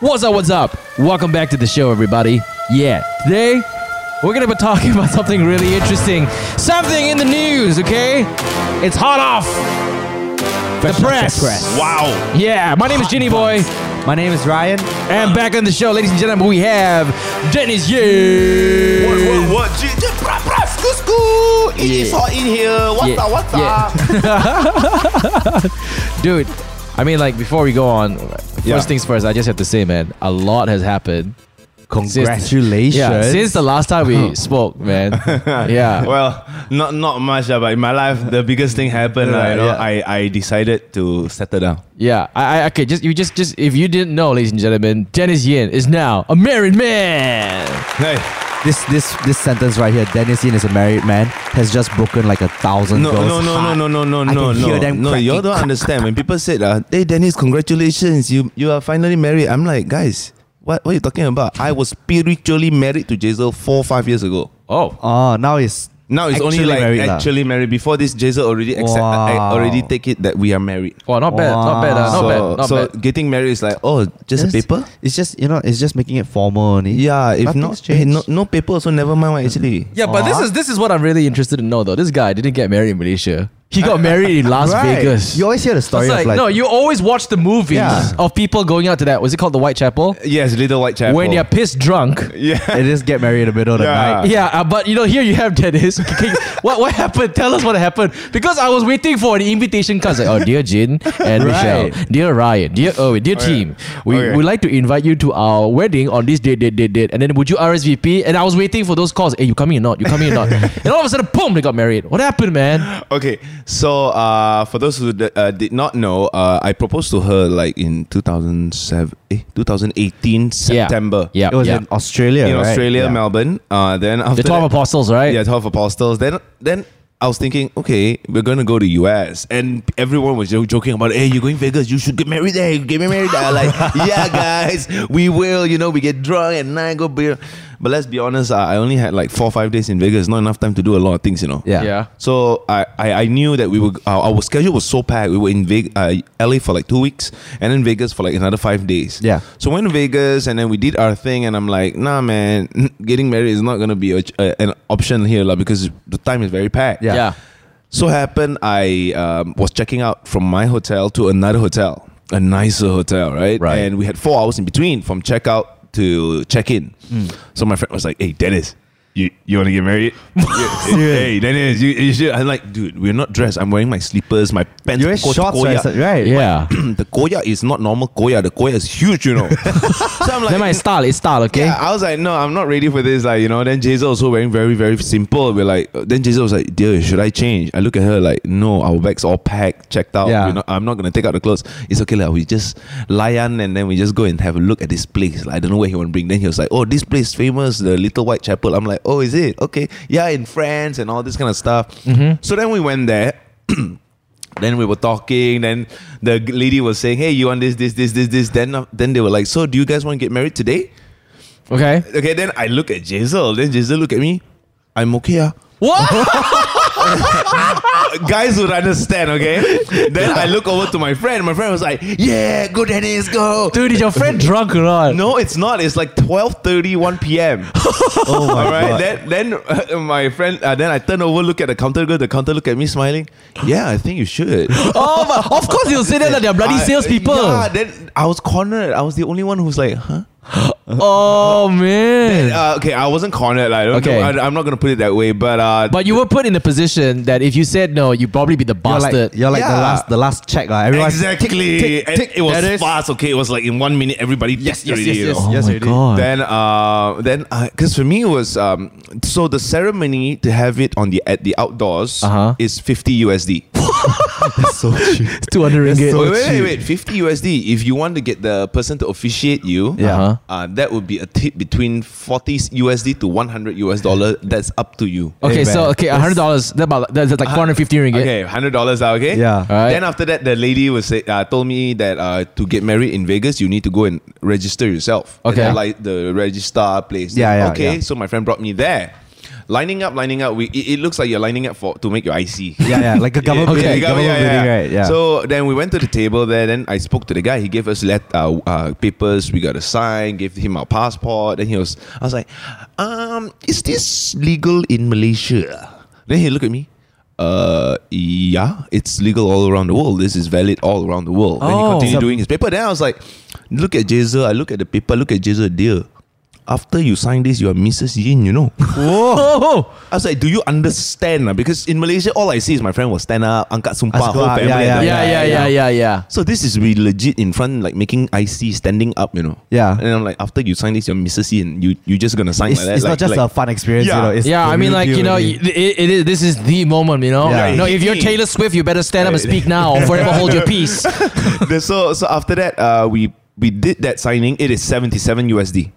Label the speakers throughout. Speaker 1: What's up? What's up? Welcome back to the show, everybody. Yeah, today we're gonna be talking about something really interesting, something in the news. Okay, it's hot off the press.
Speaker 2: press.
Speaker 3: Wow.
Speaker 1: Yeah, my name is Ginny Boy,
Speaker 2: My name is Ryan.
Speaker 1: and back on the show, ladies and gentlemen, we have Dennis Ye.
Speaker 3: What, what, what? Gee, gee, brah, brah, scoo, scoo. It is
Speaker 1: Yeah.
Speaker 3: hot in here. What's
Speaker 1: Yeah,
Speaker 3: up,
Speaker 1: yeah.
Speaker 3: what's up?
Speaker 1: Dude, I mean, like before we go on, first
Speaker 3: Yeah.
Speaker 1: things first, I just have to say, man, a lot has happened.
Speaker 2: Congratulations.
Speaker 1: Yeah, since the last time we spoke, man. Yeah.
Speaker 3: Well, not not much, uh, but in my life, the biggest thing happened. uh, you know,
Speaker 1: Yeah.
Speaker 3: I, I decided to settle down.
Speaker 1: Yeah, I, I okay. Just you just just if you didn't know, ladies and gentlemen, Dennis Yin is now a married man.
Speaker 3: Hey,
Speaker 2: This this this sentence right here, Dennis Yin is a married man, has just broken like a thousand
Speaker 3: no,
Speaker 2: girls.
Speaker 3: no, no,
Speaker 2: heart.
Speaker 3: no, no, no, no,
Speaker 2: I
Speaker 3: no,
Speaker 2: can
Speaker 3: no,
Speaker 2: hear them
Speaker 3: no. You all
Speaker 2: cracking.
Speaker 3: don't understand. When people said, uh, "Hey, Dennis, congratulations, you you are finally married," I'm like, guys, what what are you talking about? I was spiritually married to Jazel four five years ago.
Speaker 1: Oh,
Speaker 2: Oh, now it's
Speaker 3: Now it's only
Speaker 2: Actually
Speaker 3: like
Speaker 2: married lah.
Speaker 3: actually married. Before this, Jazel already accept, I
Speaker 2: Wow.
Speaker 3: already take it that we are married.
Speaker 1: well, not bad, not bad, uh, not
Speaker 3: so,
Speaker 1: bad, not
Speaker 3: so
Speaker 1: bad.
Speaker 3: getting married is like, oh, just
Speaker 2: Yes.
Speaker 3: a paper?
Speaker 2: It's just you know, it's just making it formal only.
Speaker 3: Yeah, if
Speaker 2: Nothing's
Speaker 3: not, hey, no,
Speaker 2: changed.
Speaker 3: no paper, so never mind what actually.
Speaker 1: Yeah, but this is
Speaker 2: Aw.
Speaker 1: this is what I'm really interested to know though. This guy didn't get married in Malaysia. He got married in Las
Speaker 2: Right.
Speaker 1: Vegas.
Speaker 2: You always hear the story
Speaker 1: It's
Speaker 2: of
Speaker 1: like,
Speaker 2: like
Speaker 1: no, you always watch the movies
Speaker 2: Yeah.
Speaker 1: of people going out to that. Was it called the White Chapel?
Speaker 3: Yes, Little White Chapel.
Speaker 1: When they're pissed drunk.
Speaker 3: yeah.
Speaker 2: they just get married in the middle of the
Speaker 3: Yeah.
Speaker 2: night.
Speaker 1: Yeah, uh, but you know, here you have Dennis. Okay, what what happened? Tell us what happened. Because I was waiting for the invitation cards. Like, oh, dear Jin and
Speaker 2: Right.
Speaker 1: Michelle, dear Ryan, dear Erwin, dear team, we
Speaker 3: Okay.
Speaker 1: would like to invite you to our wedding on this date, date, date, date. And then would you RSVP? And I was waiting for those calls. Hey, you coming or not? You coming or not? and all of a sudden, boom, they got married. What happened, man?
Speaker 3: Okay, so uh, for those who d- uh, did not know, uh, I proposed to her like in 2007, eh, 2018 September.
Speaker 1: Yeah,
Speaker 2: It was
Speaker 1: yeah.
Speaker 2: in Australia.
Speaker 3: In
Speaker 2: right?
Speaker 3: Australia,
Speaker 2: Yeah.
Speaker 3: Melbourne. Uh, then after
Speaker 1: the twelve
Speaker 3: that-
Speaker 1: apostles, right?
Speaker 3: Yeah, 12 apostles. Then then I was thinking, okay, we're gonna go to US, and everyone was jo- joking about, hey, you're going Vegas, you should get married there, get married there. like, yeah, guys, we will. You know, we get drunk and night go beer. But let's be honest, uh, I only had like four or five days in Vegas, not enough time to do a lot of things. You know.
Speaker 2: Yeah.
Speaker 1: Yeah.
Speaker 3: So I, I, I knew that we were our, our schedule was so packed. We were in Vegas, uh, LA for like two weeks, and then Vegas for like another five days.
Speaker 2: Yeah.
Speaker 3: So went to Vegas, and then we did our thing, and I'm like, nah, man, getting married is not gonna be a, ch- uh, an option here, lah, because the time is very packed.
Speaker 2: Yeah.
Speaker 1: yeah.
Speaker 3: So happened, I um, was checking out from my hotel to another hotel, a nicer hotel, right?
Speaker 1: Right.
Speaker 3: And we had four hours in between from checkout to check in. So my friend was like, "Hey, Dennis." You, you want to get married? Yeah. hey, Dennis, you, you should. I'm like, dude, we're not dressed. I'm wearing my slippers, my pants.
Speaker 2: You're in
Speaker 3: ko-
Speaker 2: shorts,
Speaker 3: koyak."
Speaker 2: right? right?
Speaker 1: Yeah.
Speaker 3: the koya is not normal koya. The koya is huge, you know. so I'm like,
Speaker 1: Then my style, it's style, okay?
Speaker 3: yeah, I was like, no, I'm not ready for this. Like, you know, then Jason also wearing very, very simple. We're like, then Jason was like, dear, should I change? I look at her like, no, our bags all packed, checked out.
Speaker 2: Yeah.
Speaker 3: We're not- I'm not going to take out the clothes. It's okay. Like, we just lie on and then we just go and have a look at this place. Like, I don't know where he want to bring. Then he was like, oh, this place famous, the Little White Chapel. I'm like, oh, is it? Okay. Yeah, in France and all this kind of stuff. So then we went there. Then we were talking. Then the g- lady was saying, "Hey, you want this, this, this, this, this?" Then, uh, then they were like, "So, do you guys want to get married today?"
Speaker 1: Okay.
Speaker 3: Okay, then I look at Jazel. Then Jazel look at me. I'm okay. ah. Uh,
Speaker 1: What?
Speaker 3: Guys would understand, okay? then I look over to my friend. My friend was like, yeah, go Dennis, go.
Speaker 1: Dude, is your friend drunk or not?
Speaker 3: No, it's not. It's like 12.30, 1 p.m.
Speaker 2: Oh my
Speaker 3: All right.
Speaker 2: god.
Speaker 3: Then, then uh, my friend, uh, then I turn over, look at the counter girl. The counter look at me smiling. Yeah, I think you should.
Speaker 1: Oh, but of course you'll say that like they're bloody
Speaker 3: I- uh,
Speaker 1: salespeople.
Speaker 3: Yeah, then I was cornered. I was the only one who's like, huh?
Speaker 1: Oh man.
Speaker 3: Uh, okay, I wasn't cornered. Like,
Speaker 1: Okay.
Speaker 3: okay. I, am not going to put it that way, but. Uh,
Speaker 1: but you were put in a position that if you said no, you'd probably be the
Speaker 2: You're like,
Speaker 1: bastard.
Speaker 2: you're like the
Speaker 3: Yeah.
Speaker 2: last the last check, like everyone
Speaker 3: Exactly.
Speaker 2: tick,
Speaker 3: And
Speaker 2: tick,
Speaker 3: it was
Speaker 2: that is-
Speaker 3: fast. Okay, it was like in one minute, everybody.
Speaker 2: Yes, yes,
Speaker 3: ticked already,
Speaker 2: yes,
Speaker 3: you
Speaker 2: yes.
Speaker 3: know.
Speaker 2: yes,
Speaker 1: my
Speaker 2: I did.
Speaker 1: god.
Speaker 3: Then, uh, then, because for me it was um, so the ceremony to have it on the at the outdoors
Speaker 1: Uh-huh.
Speaker 3: is fifty USD.
Speaker 2: That's so cheap.
Speaker 1: 200 ringgit.
Speaker 2: so
Speaker 3: wait, wait, wait, wait, fifty USD. If you want to get the person to officiate you,
Speaker 2: Yeah.
Speaker 1: Uh-huh.
Speaker 3: uh, that would be a tip between forty USD to one hundred US dollar. That's up to you.
Speaker 1: Okay,
Speaker 2: Hey,
Speaker 1: so
Speaker 2: man. Uh,
Speaker 1: okay, hundred dollars. That about that's like 450 ringgit.
Speaker 3: Okay, hundred dollars. Okay.
Speaker 2: Yeah.
Speaker 1: Alright.
Speaker 3: Then after that, the lady was say, uh, told me that uh, to get married in Vegas, you need to go and register yourself.
Speaker 1: Okay.
Speaker 3: At the, like the register place.
Speaker 2: Yeah, yeah,
Speaker 3: Okay.
Speaker 2: yeah.
Speaker 3: So my friend brought me there. lining up, lining up. We, it, it looks like you're lining up for to make your IC.
Speaker 2: Yeah, yeah, like a government
Speaker 3: Yeah,
Speaker 2: building,
Speaker 3: yeah,
Speaker 2: government
Speaker 3: yeah,
Speaker 2: building,
Speaker 3: yeah.
Speaker 2: right? Yeah.
Speaker 3: So then we went to the table there. Then I spoke to the guy. He gave us let uh, uh, papers. We got a sign. Gave him our passport. Then he was. I was like, um, is this legal in Malaysia? Then he looked at me. Uh, yeah, it's legal all around the world. This is valid all around the world. Then he
Speaker 1: Oh.
Speaker 3: continued
Speaker 2: So-
Speaker 3: doing his paper. Then I was like, look at Jazer. I look at the paper. Look at Jazer, dear. After you sign this, you are Mrs. Yin, you know.
Speaker 1: Oh,
Speaker 3: I was like, do you understand? ah?" Because in Malaysia, all I see is my friend will stand up, angkat
Speaker 2: Ask
Speaker 3: sumpah,
Speaker 2: go
Speaker 3: whole
Speaker 2: up,
Speaker 3: family.
Speaker 2: yeah,
Speaker 3: at the
Speaker 1: yeah, yeah, yeah, yeah, yeah.
Speaker 3: so this is we legit in front, like making IC standing up, you know.
Speaker 2: Yeah.
Speaker 3: And I'm like, after you sign this, you're Mrs. E, and you you just gonna
Speaker 2: it's,
Speaker 3: sign like that.
Speaker 2: it's not
Speaker 3: like,
Speaker 2: just
Speaker 3: like,
Speaker 2: a fun experience,
Speaker 3: Yeah.
Speaker 2: you know. It's
Speaker 1: Yeah,
Speaker 2: the
Speaker 1: I mean,
Speaker 2: real
Speaker 1: like
Speaker 2: deal
Speaker 1: you know,
Speaker 2: already.
Speaker 1: it, it, it is. This is the moment, you know.
Speaker 2: Yeah.
Speaker 1: No, if you're Taylor Swift, you better stand up and speak now, or forever hold your peace.
Speaker 3: The- so so after that, uh, we we did that signing. It is 77 USD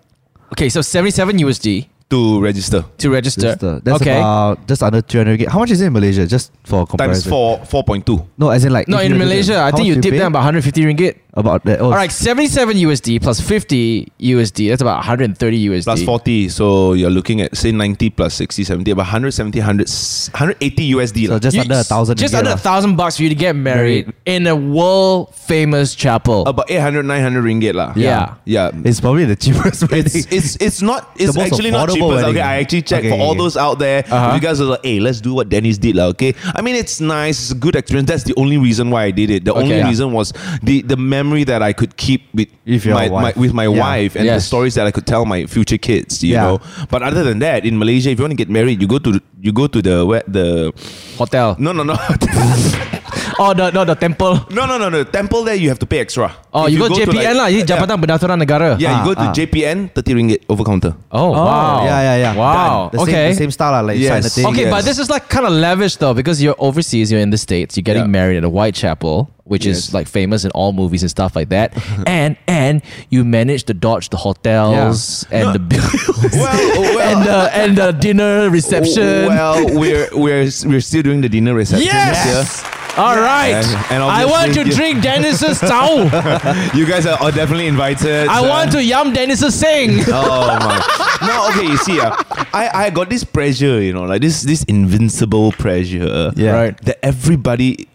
Speaker 1: Okay, so seventy-seven USD
Speaker 3: to register
Speaker 1: to register.
Speaker 2: Just, uh, that's
Speaker 1: okay.
Speaker 2: about just under 300 gig. How much is it in Malaysia? Just for comparison.
Speaker 3: times four 4.2.
Speaker 2: No, as in like.
Speaker 1: no,
Speaker 2: if
Speaker 1: in
Speaker 2: you look at
Speaker 1: Malaysia,
Speaker 2: it,
Speaker 1: I
Speaker 2: how
Speaker 1: think you
Speaker 2: much do
Speaker 1: dip
Speaker 2: pay?
Speaker 1: down about 150 ringgit.
Speaker 2: About that. Oh,
Speaker 1: All right, 77 USD plus 50 USD. That's about 130 USD.
Speaker 3: Plus 40, so you're looking at say 90 plus 60, 70, about 170, 100, 180 USD.
Speaker 2: so
Speaker 3: lah.
Speaker 2: just
Speaker 1: You-
Speaker 2: under a ah. thousand.
Speaker 1: Just
Speaker 2: ringgit
Speaker 1: under a
Speaker 2: lah.
Speaker 1: thousand bucks for you to get married, in
Speaker 2: Married.
Speaker 1: a world famous chapel.
Speaker 3: about 800, 900 ringgit. lah.
Speaker 1: Yeah.
Speaker 3: Yeah.
Speaker 2: It's probably the cheapest wedding.
Speaker 3: It's it's it's not it's
Speaker 2: most
Speaker 3: actually not
Speaker 2: affordable
Speaker 3: cheapest.
Speaker 2: wedding.
Speaker 3: Okay, I actually
Speaker 2: Okay,
Speaker 3: checked for all
Speaker 2: okay.
Speaker 3: those out there.
Speaker 1: Uh-huh.
Speaker 3: If you guys are like, hey, let's do what Dennis did, lah. Okay, I mean it's nice. It's a good experience. That's the only reason why I did it. The
Speaker 1: Okay.
Speaker 3: only
Speaker 1: Yeah.
Speaker 3: reason was the the memory that I could keep with
Speaker 2: If you're a
Speaker 3: my,
Speaker 2: wife.
Speaker 3: my with my
Speaker 2: Yeah.
Speaker 3: wife and the
Speaker 1: Yes.
Speaker 3: stories that I could tell my future kids. You
Speaker 2: Yeah.
Speaker 3: know. But other than that, in Malaysia, if you want to get married, you go to you go to the where, the
Speaker 1: Hotel.
Speaker 3: no no no
Speaker 1: Oh, no, no, the temple.
Speaker 3: no no no no temple there you have to pay extra.
Speaker 1: Oh,
Speaker 3: If
Speaker 1: you, go,
Speaker 3: to,
Speaker 1: JPN lah.
Speaker 3: like-
Speaker 1: Ini Jabatan Bendahara Negara.
Speaker 3: Yeah, you
Speaker 2: Ah,
Speaker 3: go to
Speaker 2: ah.
Speaker 3: JPN thirty ringgit over counter.
Speaker 1: Oh, wow.
Speaker 2: Yeah, yeah, yeah.
Speaker 1: Wow.
Speaker 2: Done. The
Speaker 1: okay.
Speaker 2: Same, the same style, lah, like you sign the
Speaker 3: Yes.
Speaker 2: thing.
Speaker 1: Okay,
Speaker 3: Yes.
Speaker 1: but this is like kind of lavish though, because you're overseas, you're in the States, you're getting
Speaker 3: Yeah.
Speaker 1: married at a Whitechapel, which
Speaker 3: Yes.
Speaker 1: is like famous in all movies and stuff like that. and and you manage to dodge the hotels and the bills
Speaker 3: Well, well,
Speaker 1: and the and the dinner reception.
Speaker 3: Well, we're we're we're still doing the dinner reception
Speaker 1: yes!
Speaker 3: this
Speaker 1: All right.
Speaker 3: And- and
Speaker 1: I want to
Speaker 3: obviously you-
Speaker 1: drink Dennis's Tao.
Speaker 3: year. You guys are, are definitely invited.
Speaker 1: I
Speaker 3: uh,
Speaker 1: want to yum Dennis's Sing.
Speaker 3: Oh my! No, okay. You see, uh, I I got this pressure, you know, like this this invincible pressure.
Speaker 2: Yeah.
Speaker 1: Right.
Speaker 3: That everybody.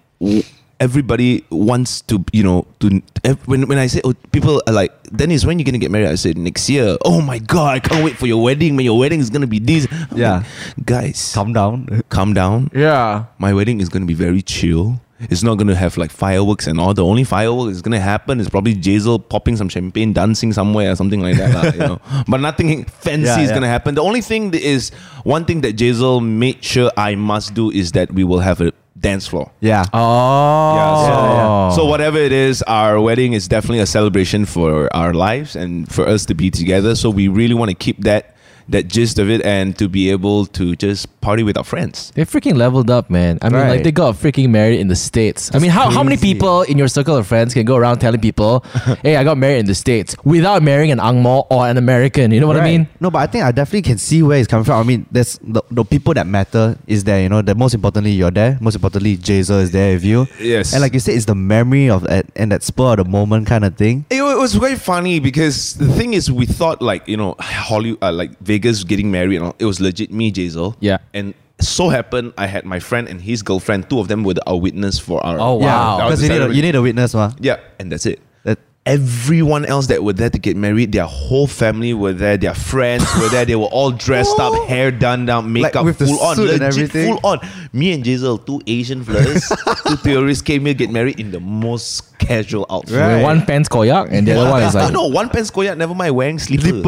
Speaker 3: Everybody wants to, you know, to ev- when when I say oh, people are like, Dennis, when you gonna get married? I said next year. Oh my god, I can't wait for your wedding. Man, your wedding is gonna be this. I'm
Speaker 2: Yeah.
Speaker 3: like, guys,
Speaker 2: Calm down.
Speaker 3: calm down.
Speaker 1: Yeah.
Speaker 3: my wedding is going to be very chill. It's not going to have like fireworks and all. The only fireworks is going to happen is probably Jazel popping some champagne, dancing somewhere or something like that. lah, you know? But nothing fancy
Speaker 2: Yeah,
Speaker 3: is
Speaker 2: yeah.
Speaker 3: going to happen. The only thing that is one thing that Jazel made sure I must do is that we will have a dance floor.
Speaker 2: Yeah.
Speaker 1: Oh.
Speaker 3: Yeah, so, so whatever it is, our wedding is definitely a celebration for our lives and for us to be together. So we really want to keep that that gist of it and to be able to just party with our friends.
Speaker 1: They freaking leveled up, man. I mean, like
Speaker 2: Right.
Speaker 1: they got freaking married in the states. I mean, how, how many
Speaker 2: crazy.
Speaker 1: people in your circle of friends can go around telling people, "Hey, I got married in the states" without marrying an Angmo or an American? You know what I
Speaker 2: Right.
Speaker 1: mean?
Speaker 2: No, but I think I definitely can see where it's coming from. I mean, there's the, the people that matter is there, you know. The most importantly, you're there. Most importantly, Jazer is there with you.
Speaker 3: Yes.
Speaker 2: And like you said, it's the memory of that and that spur of the moment kind of thing.
Speaker 3: It wa- it was quite funny because the thing is, we thought like you know, Hollywood, uh, like Vegas getting married, and all, it was legit me, Jazel.
Speaker 1: Yeah.
Speaker 3: and so happened I had my friend and his girlfriend. Two of them were the, our witness for our.
Speaker 1: Oh, wow.
Speaker 3: our
Speaker 2: Because you need, a,
Speaker 3: ceremony.
Speaker 2: you need a witness, ma.
Speaker 3: yeah, and that's it.
Speaker 2: That,
Speaker 3: Everyone else that were there to get married, their whole family were there, their friends were there. They were all dressed up, hair done down, makeup
Speaker 2: with the
Speaker 3: full on,
Speaker 2: suit and
Speaker 3: legit
Speaker 2: everything.
Speaker 3: full on. Me and Jazel, two Asian flirts, two tourists came here get married in the most casual outfit.
Speaker 2: Right.
Speaker 1: Where One pants koyak and the other one is like,
Speaker 3: no, one pants koyak, never mind wearing sleeper.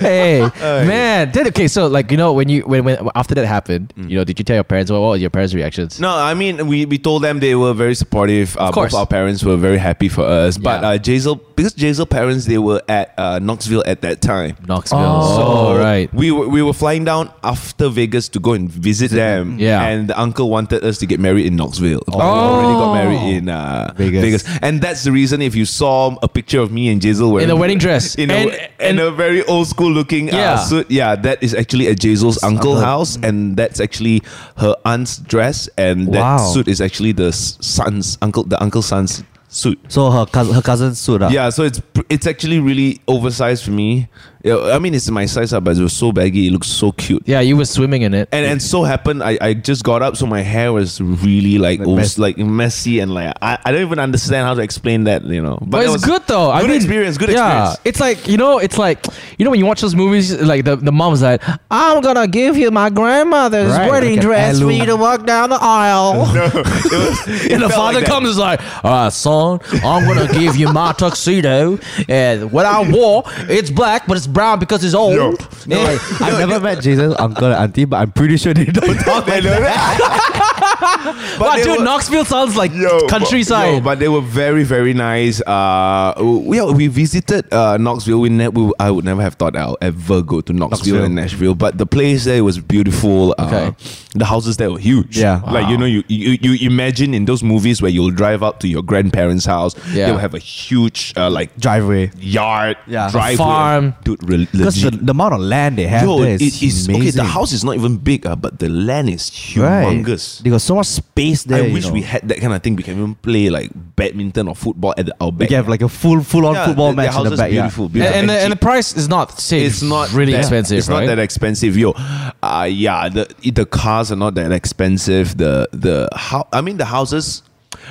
Speaker 1: "Hey, man." Did, okay, so like you know when you when when after that happened, you know, did you tell your parents? What, what were your parents' reactions?
Speaker 3: No, I mean we, we told them they were very supportive. Uh,
Speaker 1: course.
Speaker 3: both our parents were very happy for us. But
Speaker 1: Yeah.
Speaker 3: uh, Jazel, because Jazel parents they were at uh, Knoxville at that time.
Speaker 1: Knoxville.
Speaker 2: Oh.
Speaker 1: so, right.
Speaker 3: We were, we were flying down after Vegas to go and visit them.
Speaker 1: Yeah.
Speaker 3: And the uncle wanted us to get married in Knoxville. Oh. We already got married in uh,
Speaker 2: Vegas.
Speaker 3: Vegas. And that's the reason if you saw a picture of me and Jazel wearing
Speaker 1: In a wedding dress.
Speaker 3: in a,
Speaker 1: And-
Speaker 3: in
Speaker 1: and-
Speaker 3: a very old school looking
Speaker 1: Yeah. Mm.
Speaker 3: uh, suit. Yeah, that is actually at Jazel's uncle
Speaker 2: uncle.
Speaker 3: house, and that's actually her aunt's dress, and that
Speaker 2: Wow.
Speaker 3: suit is actually the s- son's uncle, the uncle's son's suit.
Speaker 2: so her cousin, her cousin suit, ah.
Speaker 3: Yeah, so it's pr- it's actually really oversized for me. Yeah, I mean, it's my size up, but it was so baggy. It looks so cute.
Speaker 1: Yeah, you were swimming in it.
Speaker 3: And and so happened, I, I just got up, so my hair was really like
Speaker 2: Like
Speaker 3: like,
Speaker 2: mess-
Speaker 3: like messy and like I, I don't even understand how to explain that, you know. But
Speaker 1: But,
Speaker 3: it
Speaker 1: it's
Speaker 3: was
Speaker 1: good though. I
Speaker 3: good
Speaker 1: mean,
Speaker 3: experience. Good
Speaker 1: yeah,
Speaker 3: experience.
Speaker 1: It's like you know, it's like you know when you watch those movies, like the the mom's like, "I'm gonna give you my grandmother's
Speaker 2: Right,
Speaker 1: wedding
Speaker 2: like an
Speaker 1: dress for you
Speaker 2: heirloom.
Speaker 1: to walk down the aisle." and the
Speaker 3: felt
Speaker 1: father
Speaker 3: like that.
Speaker 1: comes and is like, "All right, son, I'm gonna give you my tuxedo, and what I wore, it's black, but it's brown because it's old." And-
Speaker 2: I've never met Jesus' uncle and auntie, but I'm pretty sure they don't talk like that.
Speaker 3: But
Speaker 1: wow,
Speaker 3: they
Speaker 1: dude,
Speaker 3: were-
Speaker 1: Knoxville sounds like
Speaker 3: Yo, but-
Speaker 1: countryside.
Speaker 3: yo, but they were very, very nice. Uh, we, we visited uh, Knoxville. We, ne- we I would never have thought I'll ever go to Knoxville,
Speaker 2: Knoxville.
Speaker 3: and Nashville, but the place there was beautiful. Uh,
Speaker 1: Okay.
Speaker 3: The houses there were huge.
Speaker 2: Yeah.
Speaker 3: like you know, you, you you imagine in those movies where you'll drive up to your grandparents' house.
Speaker 1: Yeah.
Speaker 3: they'll have a huge uh, like
Speaker 2: Driveway.
Speaker 3: yard,
Speaker 2: Yeah. A
Speaker 3: driveway,
Speaker 1: farm.
Speaker 3: dude. Re-
Speaker 2: Because the,
Speaker 3: legit.
Speaker 2: the amount of land they have
Speaker 3: Yo,
Speaker 2: there is
Speaker 3: it is
Speaker 2: amazing.
Speaker 3: okay. The house is not even big, uh, but the land is
Speaker 2: right.
Speaker 3: humongous.
Speaker 2: They got so much space there.
Speaker 3: I
Speaker 2: you
Speaker 3: wish
Speaker 2: know.
Speaker 3: we had that kind of thing. We can even play like badminton or football at the, our
Speaker 2: We
Speaker 3: back.
Speaker 2: can have like a full full on
Speaker 3: Yeah,
Speaker 2: football
Speaker 3: the- the
Speaker 2: match in
Speaker 3: house
Speaker 2: the
Speaker 3: is
Speaker 2: back. yeah.
Speaker 3: Beautiful,
Speaker 1: and,
Speaker 3: beautiful.
Speaker 1: and the,
Speaker 3: And
Speaker 1: and the
Speaker 3: cheap.
Speaker 1: price is not safe.
Speaker 3: it's not
Speaker 1: really
Speaker 3: that-
Speaker 1: expensive,
Speaker 3: It's
Speaker 1: right?
Speaker 3: not that expensive, yo. Uh, yeah, the the cars are not that expensive. The the how I mean the houses.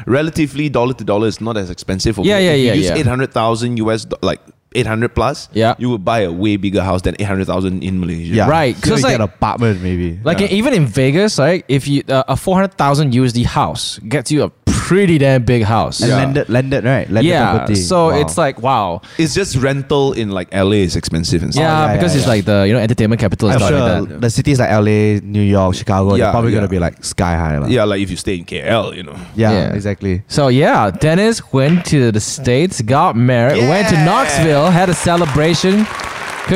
Speaker 3: Relatively, dollar to dollar, is not as expensive. over
Speaker 1: Yeah, yeah,
Speaker 3: here. If
Speaker 1: yeah,
Speaker 3: You use
Speaker 1: yeah.
Speaker 3: eight hundred thousand US, do- like eight hundred plus.
Speaker 1: Yeah.
Speaker 3: you would buy a way bigger house than eight hundred thousand in Malaysia.
Speaker 2: Yeah.
Speaker 1: Right,
Speaker 2: So
Speaker 1: 'cause
Speaker 2: you
Speaker 1: like-
Speaker 2: get an apartment maybe.
Speaker 1: Like
Speaker 3: Yeah.
Speaker 1: even in Vegas, like if you uh, a four hundred thousand USD house gets you a pretty damn big house.
Speaker 2: and
Speaker 1: Yeah,
Speaker 2: landed landed right. Landed property.
Speaker 1: so
Speaker 2: Wow.
Speaker 1: it's like wow.
Speaker 3: it's just rental in like LA is expensive and stuff.
Speaker 1: yeah,
Speaker 2: yeah,
Speaker 1: because
Speaker 2: yeah,
Speaker 1: it's
Speaker 2: yeah.
Speaker 1: like the you know entertainment capital and
Speaker 2: I'm
Speaker 1: stuff
Speaker 2: sure
Speaker 1: like that.
Speaker 2: the cities like LA, New York, Chicago,
Speaker 3: Yeah,
Speaker 2: they're probably
Speaker 3: yeah.
Speaker 2: gonna be like sky high. lah.
Speaker 3: yeah, like if you stay in KL, you know.
Speaker 2: yeah,
Speaker 1: Yeah.
Speaker 2: exactly.
Speaker 1: So yeah, Dennis went to the states, got married, went to
Speaker 3: Yeah.
Speaker 1: Knoxville, had a celebration.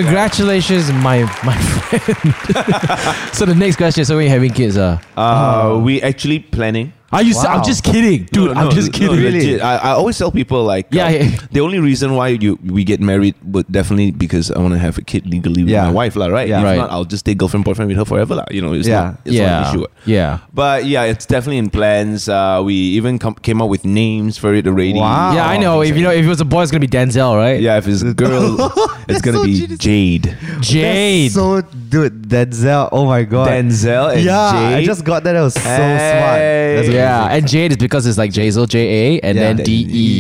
Speaker 1: Congratulations, my my friend. so the next question: So we having kids? Uh,
Speaker 3: Uh, we actually planning.
Speaker 1: are you? se-
Speaker 2: Wow.
Speaker 1: I'm just kidding, dude.
Speaker 3: No, no,
Speaker 1: I'm
Speaker 3: no,
Speaker 1: just
Speaker 3: no,
Speaker 1: kidding.
Speaker 2: really.
Speaker 3: legit. I, I always tell people like,
Speaker 1: Yeah,
Speaker 3: um,
Speaker 1: yeah.
Speaker 3: the only reason why you we get married would definitely because I want to have a kid legally with
Speaker 2: Yeah.
Speaker 3: my wife, lah. Right?
Speaker 2: Yeah.
Speaker 3: If
Speaker 1: Right.
Speaker 3: not, I'll just stay girlfriend boyfriend with her forever, lah. You know, it's
Speaker 2: Yeah.
Speaker 3: not it's
Speaker 1: yeah,
Speaker 3: not an issue.
Speaker 1: yeah.
Speaker 3: But yeah, it's definitely in plans. Uh, we even com- came up with names for it already.
Speaker 2: Wow.
Speaker 1: yeah, I
Speaker 2: Oh,
Speaker 1: know. If you know, if it was a boy, it's gonna be Denzel, right?
Speaker 3: Yeah, if it's a girl, it's gonna
Speaker 2: so
Speaker 3: be
Speaker 2: genius.
Speaker 3: Jade,
Speaker 1: Jade.
Speaker 2: That's so dude, Denzel. Oh my god.
Speaker 3: Denzel, and
Speaker 2: yeah, I
Speaker 3: Jade.
Speaker 2: just got that. That was so
Speaker 3: Hey.
Speaker 2: smart. That's
Speaker 1: yeah, and Jade is because it's like Jazel, J A, and
Speaker 2: Yeah,
Speaker 1: then
Speaker 2: then
Speaker 1: D E.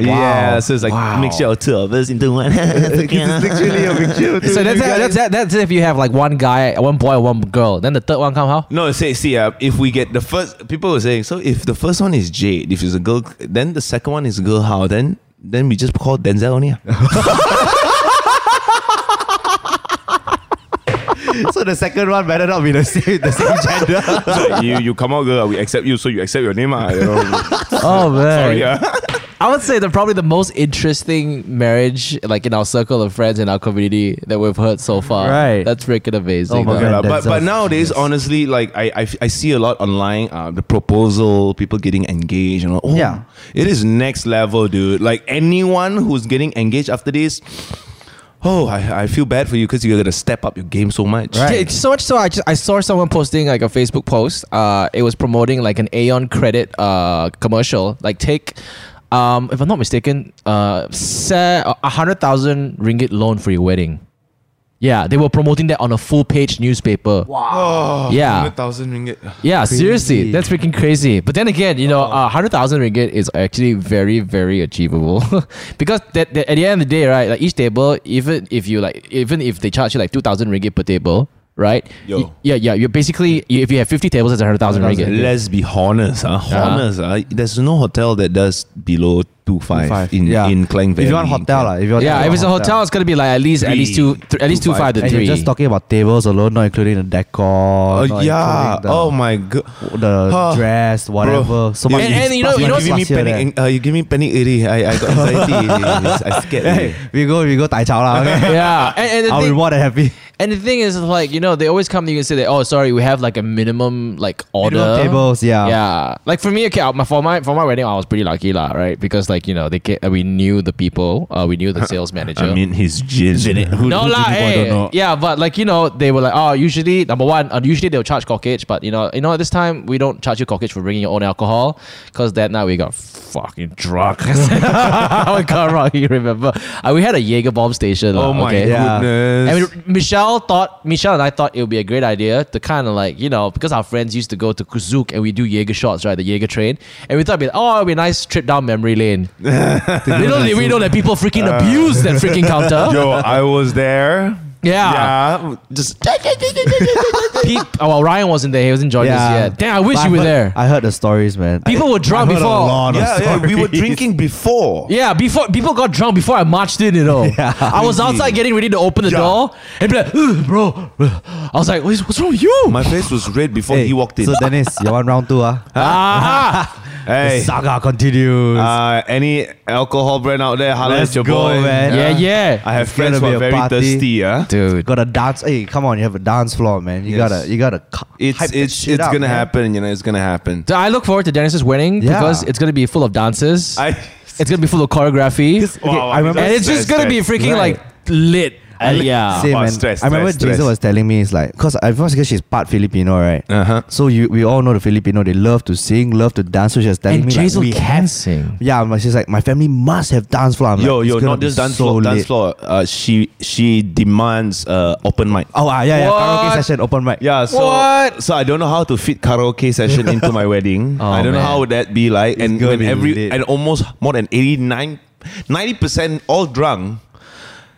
Speaker 3: Yeah, so it's like
Speaker 1: Wow.
Speaker 3: mixture of two of us into one.
Speaker 2: It's literally a picture. dude.
Speaker 1: So that's
Speaker 2: You
Speaker 1: that's,
Speaker 2: guys-
Speaker 1: that's that's if you have like one guy, one boy, one girl. Then the third one come how?
Speaker 3: No, say see, uh, if we get the first, people were saying so. If the first one is Jade, if it's a girl, then the second one is girl. How then? Then we just call Denzel only. ah.
Speaker 2: so the second one better not be the same the same gender.
Speaker 3: so you you come out girl, we accept you, so you accept your name. ah, You know.
Speaker 1: Oh man,
Speaker 3: yeah.
Speaker 1: I would say the probably the most interesting marriage like in our circle of friends in our community that we've heard so far.
Speaker 2: Right.
Speaker 1: that's freaking amazing.
Speaker 2: Oh my
Speaker 1: though.
Speaker 2: God.
Speaker 3: Yeah,
Speaker 2: Denzel
Speaker 3: but but
Speaker 2: Fernandez.
Speaker 3: nowadays, honestly, like I, I, I see a lot online, uh, the proposal, people getting engaged, and all. Oh,
Speaker 2: Yeah.
Speaker 3: it is next level, dude. Like anyone who's getting engaged after this, oh, I, I feel bad for you because you're gonna step up your game so much.
Speaker 1: Yeah, it's so much so I just I saw someone posting like a Facebook post. Uh, it was promoting like an Aeon credit uh commercial. Like take, um, if I'm not mistaken, uh, se- a hundred thousand ringgit loan for your wedding. Yeah, they were promoting that on a full page newspaper.
Speaker 3: Oh,
Speaker 1: Yeah.
Speaker 3: 100,000 ringgit.
Speaker 1: Yeah, seriously,
Speaker 2: Crazy.
Speaker 1: that's freaking crazy. But then again, you know, uh, hundred thousand ringgit is actually very, very achievable because that, that- at the end of the day, right? Like each table, even if you like, even if they charge you like two thousand ringgit per table, right?
Speaker 3: Yo.
Speaker 1: Y- yeah, yeah. You're basically you- if you have fifty tables, that's hundred thousand ringgit.
Speaker 3: Let's be honest, huh? honest. huh? There's no hotel that does below two five,
Speaker 2: Five.
Speaker 3: in
Speaker 2: Yeah.
Speaker 3: in Klang Valley.
Speaker 2: If you want hotel, lah, if you want
Speaker 1: yeah, if it's a hotel, it's gonna be like at least at least two,
Speaker 3: Three.
Speaker 1: th- at least two
Speaker 3: Two
Speaker 1: five
Speaker 3: five.
Speaker 1: to
Speaker 2: And
Speaker 1: three.
Speaker 2: you're just talking about tables alone, not including the decor.
Speaker 3: Uh,
Speaker 2: not
Speaker 3: yeah.
Speaker 2: including the,
Speaker 3: oh my god.
Speaker 2: the
Speaker 3: Huh.
Speaker 2: dress, whatever.
Speaker 3: Bro.
Speaker 2: So
Speaker 3: You-
Speaker 2: much.
Speaker 1: And- and you know- you know-
Speaker 2: plus
Speaker 3: giving me
Speaker 2: here there.
Speaker 3: panic. Uh, you give me panic already. I, I got anxiety. already. I scared.
Speaker 2: Hey,
Speaker 3: already.
Speaker 2: we go, we go, tai chow lah. Okay?
Speaker 1: yeah, and, and the
Speaker 2: I'll be
Speaker 1: thing,
Speaker 2: more than happy.
Speaker 1: And the thing is, like you know, they always come to you and say that, "Oh, sorry, we have like a minimum like order
Speaker 2: Minimum tables, yeah.
Speaker 1: yeah." Like for me, okay, uh, my, for my for my wedding, I was pretty lucky, lah, right? Because like you know, they ca- uh, we knew the people, uh, we knew the sales manager.
Speaker 3: I mean, he's gin.
Speaker 4: Who,
Speaker 1: no
Speaker 4: who do
Speaker 1: lah,
Speaker 4: people, I
Speaker 1: eh,
Speaker 4: don't know.
Speaker 1: yeah, but like you know, they were like, oh, usually number one, uh, usually they'll charge corkage, but you know, you know, at this time we don't charge you corkage for bringing your own alcohol, cause that night we got fucking drunk. I can't really remember. Uh, we had a Jaeger bomb station. lah,
Speaker 3: Oh my
Speaker 1: okay?
Speaker 2: Yeah.
Speaker 3: goodness.
Speaker 1: And we- Michelle thought Michelle and I thought it would be a great idea to kind of like you know because our friends used to go to Kuzook and we do Jaeger shots right the Jaeger train and we thought it'd be oh it'd be a nice trip down memory lane. Little did we know that people freaking abuse that freaking counter.
Speaker 4: Yo, I was there.
Speaker 1: Yeah,
Speaker 3: yeah, just
Speaker 1: Peep, oh well, Ryan wasn't there. He wasn't joining us
Speaker 2: Yeah.
Speaker 1: yet. Damn, I wish
Speaker 2: But
Speaker 1: you were
Speaker 2: heard-
Speaker 1: there.
Speaker 2: I heard the stories, man.
Speaker 1: people were drunk
Speaker 4: I heard a
Speaker 1: before.
Speaker 4: lot of
Speaker 3: yeah, yeah, we were
Speaker 4: stories.
Speaker 3: drinking before.
Speaker 1: Yeah, before people got drunk before I marched in, you know. I was outside getting ready to open the
Speaker 4: Yeah.
Speaker 1: door and be like, "Ugh, bro. ugh." I was like, what's what's wrong with you?
Speaker 3: My face was red before
Speaker 2: Hey,
Speaker 3: he walked in.
Speaker 2: So Dennis, you want round two? Ah,
Speaker 1: ah,
Speaker 3: hey,
Speaker 2: saga continues.
Speaker 3: uh, any alcohol brand out there? Holla
Speaker 2: Let's
Speaker 3: at your
Speaker 2: go,
Speaker 3: boy.
Speaker 2: man.
Speaker 1: yeah,
Speaker 2: Yeah.
Speaker 1: yeah.
Speaker 3: I have
Speaker 2: It's
Speaker 3: friends
Speaker 2: gonna
Speaker 3: who
Speaker 2: be
Speaker 3: are
Speaker 2: a
Speaker 3: very
Speaker 2: party.
Speaker 3: thirsty. Yeah,
Speaker 1: Dude.
Speaker 2: gotta dance. Hey, come on, you have a dance floor, man. You
Speaker 3: Yes.
Speaker 2: gotta, you gotta. cu-
Speaker 3: it's
Speaker 2: hype that
Speaker 3: it's
Speaker 2: shit
Speaker 3: it's
Speaker 2: up,
Speaker 3: gonna
Speaker 2: man.
Speaker 3: happen. You know, it's gonna happen.
Speaker 1: So I look forward to Dennis's wedding
Speaker 2: Yeah.
Speaker 1: because it's gonna be full of dances.
Speaker 3: I
Speaker 1: it's gonna be full of choreography.
Speaker 2: Okay,
Speaker 4: Wow,
Speaker 2: I remember-
Speaker 1: and it's just gonna be freaking
Speaker 2: Right.
Speaker 1: like lit. Uh, yeah.
Speaker 2: Same,
Speaker 3: Wow,
Speaker 2: man.
Speaker 3: Ah, stress,
Speaker 2: I remember
Speaker 3: stress,
Speaker 2: Jason
Speaker 3: stress.
Speaker 2: was telling me, it's like, cause I first because she's part Filipino, right?
Speaker 3: Uh huh.
Speaker 2: So you, we all know the Filipino. They love to sing, love to dance. So she was telling
Speaker 1: and
Speaker 2: me, like,
Speaker 1: Jason
Speaker 2: we
Speaker 1: can sing.
Speaker 2: yeah, my- she's like, my family must have dance floor. I'm
Speaker 3: Yo,
Speaker 2: like,
Speaker 3: yo,
Speaker 2: it's gonna
Speaker 3: not
Speaker 2: be
Speaker 3: just dance
Speaker 2: so
Speaker 3: floor. Dance
Speaker 2: lit.
Speaker 3: floor. Uh, she she demands uh open mic.
Speaker 2: Oh, ah, yeah, yeah,
Speaker 1: What?
Speaker 2: karaoke session, open mic.
Speaker 3: Yeah, so
Speaker 1: What?
Speaker 3: so I don't know how to fit karaoke session into my wedding.
Speaker 1: Oh,
Speaker 3: I don't know
Speaker 1: man.
Speaker 3: how would that be like. and
Speaker 2: gonna
Speaker 3: when
Speaker 2: be
Speaker 3: every
Speaker 2: lit.
Speaker 3: and almost more than 89 90 percent all drunk.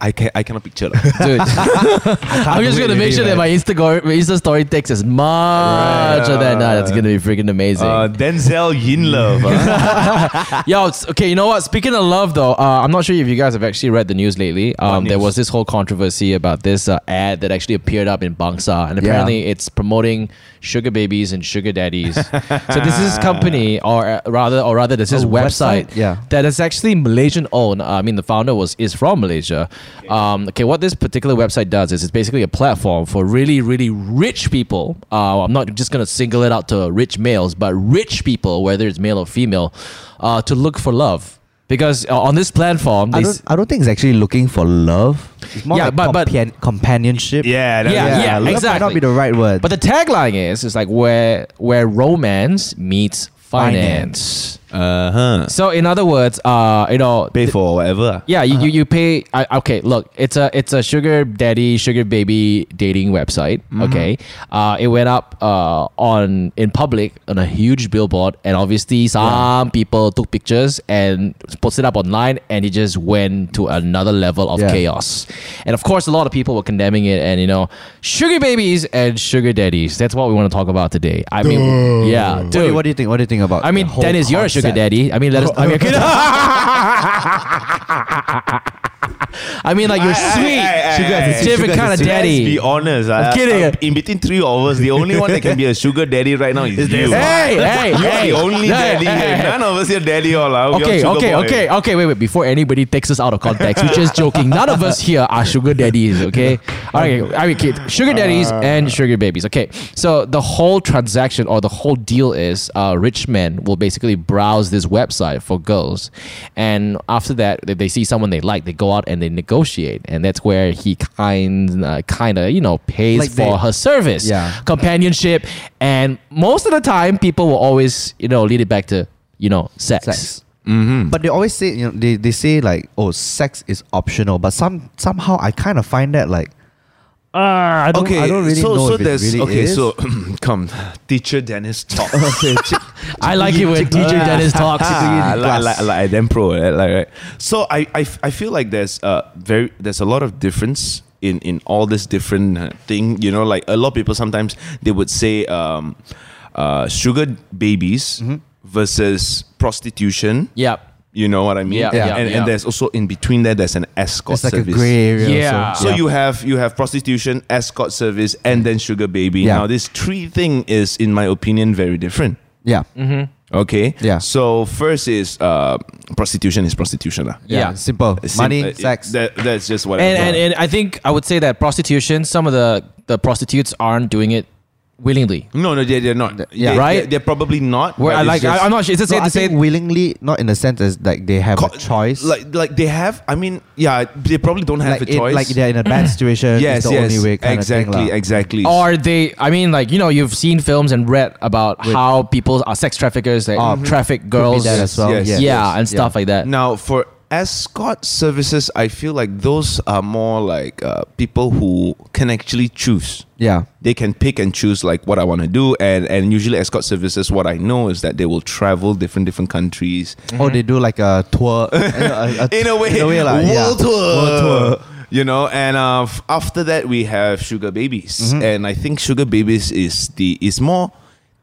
Speaker 3: I can I cannot picture. lah.
Speaker 1: Dude. I'm just gonna make sure that my Insta, go- my Insta story takes as much of that. Nah, that's gonna be freaking amazing.
Speaker 3: uh, Denzel Yinlove. huh?
Speaker 1: Yo, it's- okay, you know what? Speaking of love, though, uh, I'm not sure if you guys have actually read the news lately. Um,
Speaker 3: news?
Speaker 1: There was this whole controversy about this uh, ad that actually appeared up in Bangsa, and apparently it's promoting sugar babies and sugar daddies. so this is company, or uh, rather, or rather, this is
Speaker 2: A
Speaker 1: website,
Speaker 2: website? Yeah.
Speaker 1: that is actually Malaysian owned. uh, I mean, the founder was is from Malaysia. Um, okay, what this particular website does is it's basically a platform for really, really rich people. Uh, I'm not just gonna single it out to rich males, but rich people, whether it's male or female, uh, to look for love. Because uh, on this platform,
Speaker 2: I
Speaker 1: they
Speaker 2: don't, I don't think it's actually looking for love. It's more
Speaker 1: Yeah,
Speaker 2: like
Speaker 1: but- but-
Speaker 2: compan- companionship.
Speaker 3: yeah, that-
Speaker 1: Yeah, yeah,
Speaker 2: love Might
Speaker 1: exactly.
Speaker 2: not be the right word.
Speaker 1: But the tagline is is like where where romance meets finance.
Speaker 3: Uh-huh.
Speaker 1: So in other words, uh, you know,
Speaker 3: Pay for whatever.
Speaker 1: yeah, you, you, you pay. I, okay, look, it's a it's a sugar daddy, sugar baby dating website. Okay, uh, it went up uh, on in public on a huge billboard, and obviously some people took pictures and posted up online, and it just went to another level of
Speaker 2: Yeah.
Speaker 1: chaos. And of course, a lot of people were condemning it, and you know, sugar babies and sugar daddies. That's what we want to talk about today. I mean, yeah,
Speaker 2: What do you-
Speaker 1: dude.
Speaker 2: what do you think? What do you think about?
Speaker 1: I mean,
Speaker 2: the whole
Speaker 1: Dennis, you're a sugar
Speaker 2: concept?
Speaker 1: daddy. I mean, let us. I mean, okay. I mean like you're sweet.
Speaker 2: Sugar
Speaker 3: hey,
Speaker 2: is
Speaker 3: hey,
Speaker 1: It's different
Speaker 2: sugar
Speaker 1: kind of
Speaker 2: is a-
Speaker 1: daddy.
Speaker 3: Let's be honest. I'm
Speaker 1: kidding.
Speaker 3: in between three of us, the only one that can be a sugar daddy right now is you.
Speaker 1: Hey, hey,
Speaker 3: You're
Speaker 1: hey.
Speaker 3: the only
Speaker 1: Hey,
Speaker 3: daddy.
Speaker 1: hey,
Speaker 3: here.
Speaker 1: hey.
Speaker 3: None of us here daddy all. ah. We all
Speaker 1: Okay,
Speaker 3: sugar
Speaker 1: okay,
Speaker 3: boy.
Speaker 1: okay, okay. Wait, wait. Before anybody takes us out of context, we're just joking. None of us here are sugar daddies. Okay. All right. I mean, kid, sugar daddies
Speaker 2: Uh.
Speaker 1: and sugar babies. Okay. So the whole transaction or the whole deal is, uh, rich men will basically browse this website for girls, and after that, if they see someone they like, they go out and they negotiate, and that's where he kind, uh, kind of, you know, pays
Speaker 2: Like
Speaker 1: for
Speaker 2: they-
Speaker 1: her service,
Speaker 2: Yeah.
Speaker 1: companionship, and most of the time, people will always, you know, lead it back to, you know,
Speaker 2: Sex.
Speaker 3: Mm-hmm.
Speaker 2: But they always say, you know, they, they say like, oh, sex is optional. But some somehow I kind of find that like, ah, I don't, I don't really
Speaker 3: so,
Speaker 2: know
Speaker 3: so
Speaker 2: if it
Speaker 3: there's
Speaker 2: really
Speaker 3: okay.
Speaker 2: is.
Speaker 3: So come, teacher Dennis talk.
Speaker 1: I like it when DJ Dennis talks.
Speaker 3: Ah, like,
Speaker 2: class.
Speaker 3: like, like I damn pro, eh, like right. So I, I, f- I feel like there's uh very there's a lot of difference in in all this different uh, thing. You know, like a lot of people sometimes they would say um, uh, sugar babies
Speaker 2: Mm-hmm.
Speaker 3: versus prostitution.
Speaker 1: Yep.
Speaker 3: You know what I mean?
Speaker 1: Yeah, Yeah. yeah,
Speaker 3: and,
Speaker 1: yeah.
Speaker 3: and there's also in between there there's an escort
Speaker 2: it's like
Speaker 3: service.
Speaker 2: a gray area.
Speaker 1: Yeah.
Speaker 2: also.
Speaker 3: So you have you have prostitution, escort service, and then sugar baby.
Speaker 2: Yeah.
Speaker 3: Now this three thing is, in my opinion, very different.
Speaker 2: yeah.
Speaker 3: Okay.
Speaker 2: Yeah.
Speaker 3: So first is uh, prostitution is prostitution. ah. lah.
Speaker 1: Yeah.
Speaker 2: Simple.
Speaker 3: Sim-
Speaker 2: Money,
Speaker 3: uh,
Speaker 2: sex.
Speaker 3: That, that's just what.
Speaker 1: And,
Speaker 3: I
Speaker 1: and and I think I would say that prostitution. Some of the the prostitutes aren't doing it willingly.
Speaker 3: no, no, they, they're not.
Speaker 2: yeah.
Speaker 3: They-
Speaker 1: Right?
Speaker 3: They're, they're probably not.
Speaker 1: Where
Speaker 3: but
Speaker 1: I
Speaker 3: it's
Speaker 1: like
Speaker 3: just-
Speaker 1: I, am not sure. Is it
Speaker 2: So
Speaker 1: safe to
Speaker 2: I
Speaker 1: say?
Speaker 2: think willingly, not in the sense as like they have a
Speaker 3: Co-
Speaker 2: choice.
Speaker 3: Like like they have. I mean, yeah, they probably don't have
Speaker 2: like,
Speaker 3: a
Speaker 2: it-
Speaker 3: choice.
Speaker 2: like they're in a bad situation.
Speaker 3: yes,
Speaker 2: it's the
Speaker 3: yes,
Speaker 2: only way kind
Speaker 3: exactly,
Speaker 2: of thing, lah.
Speaker 3: exactly.
Speaker 1: Are they? I mean, like you know, you've seen films and read about
Speaker 2: With-
Speaker 1: how people are sex traffickers. They
Speaker 2: Oh,
Speaker 1: traffic
Speaker 2: Could be
Speaker 1: girls.
Speaker 2: that as well.
Speaker 3: Yes,
Speaker 2: yeah.
Speaker 3: yes,
Speaker 1: yeah, and stuff like that.
Speaker 3: Now, for escort services, I feel like those are more like uh, people who can actually choose.
Speaker 2: Yeah.
Speaker 3: They can pick and choose like what I want to do, and and usually escort services. What I know is that they will travel different different countries
Speaker 2: Oh, they do like a tour. you know,
Speaker 3: in a way,
Speaker 2: In a way, lah, yeah.
Speaker 3: world tour.
Speaker 2: World tour.
Speaker 3: You know, and uh, f- after that we have Sugar Babies,
Speaker 2: Mm-hmm.
Speaker 3: and I think Sugar Babies is the is more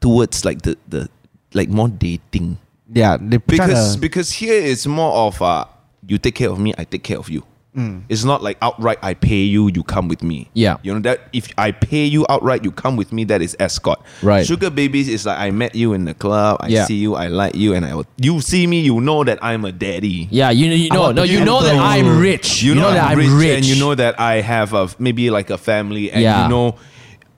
Speaker 3: towards like the the like more dating
Speaker 2: Yeah. They
Speaker 3: because
Speaker 2: tryna-
Speaker 3: because here it's more of uh, you take care of me, I take care of you.
Speaker 2: Mm.
Speaker 3: It's not like outright I pay you, you come with me.
Speaker 1: Yeah.
Speaker 3: you know that if I pay you outright, you come with me. That is escort.
Speaker 1: Right.
Speaker 3: Sugar babies is like I met you in the club. I
Speaker 1: Yeah.
Speaker 3: see you, I like you, and I will, you see me, you know that I'm a daddy.
Speaker 1: Yeah, you you know no you know that I'm rich. You, know, that I'm rich,
Speaker 3: and you know that I have a maybe like a family, and
Speaker 1: Yeah.
Speaker 3: you know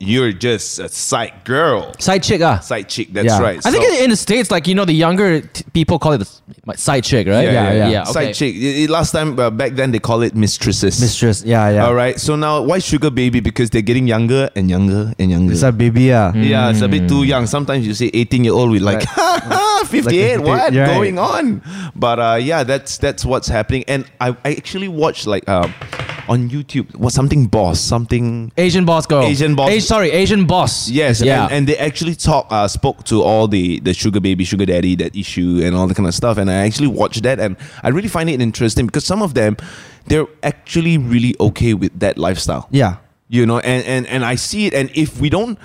Speaker 3: you're just a side girl,
Speaker 1: side chick ah.
Speaker 3: side chick. That's
Speaker 2: Yeah.
Speaker 3: right.
Speaker 1: I think
Speaker 3: So-
Speaker 1: in- in the states, like you know, the younger t- people call it the s- like, side chick, right?
Speaker 2: yeah, yeah.
Speaker 1: okay.
Speaker 3: Side chick. I- I- Last time uh, back then they call it mistresses.
Speaker 2: mistress. Yeah, yeah.
Speaker 3: All right. So now why sugar baby? Because they're getting younger and younger and younger.
Speaker 2: It's a baby. Yeah.
Speaker 1: Mm.
Speaker 3: yeah, it's a bit too young. Sometimes you say 18 year old, we like,
Speaker 2: Like 58,
Speaker 3: 58, what
Speaker 2: right.
Speaker 3: going on? But uh, yeah, that's that's what's happening. And I, I actually watched like um, on YouTube, was something boss, something
Speaker 1: Asian boss girl.
Speaker 3: Asian boss.
Speaker 1: Age- sorry, Asian boss.
Speaker 3: Yes,
Speaker 1: Yeah.
Speaker 3: and, and they actually talk, uh, spoke to all the the sugar baby, sugar daddy, that issue, and all that kind of stuff. And I actually watched that, and I really find it interesting because some of them, they're actually really okay with that lifestyle.
Speaker 2: Yeah.
Speaker 3: you know, and and and I see it, and if we don't.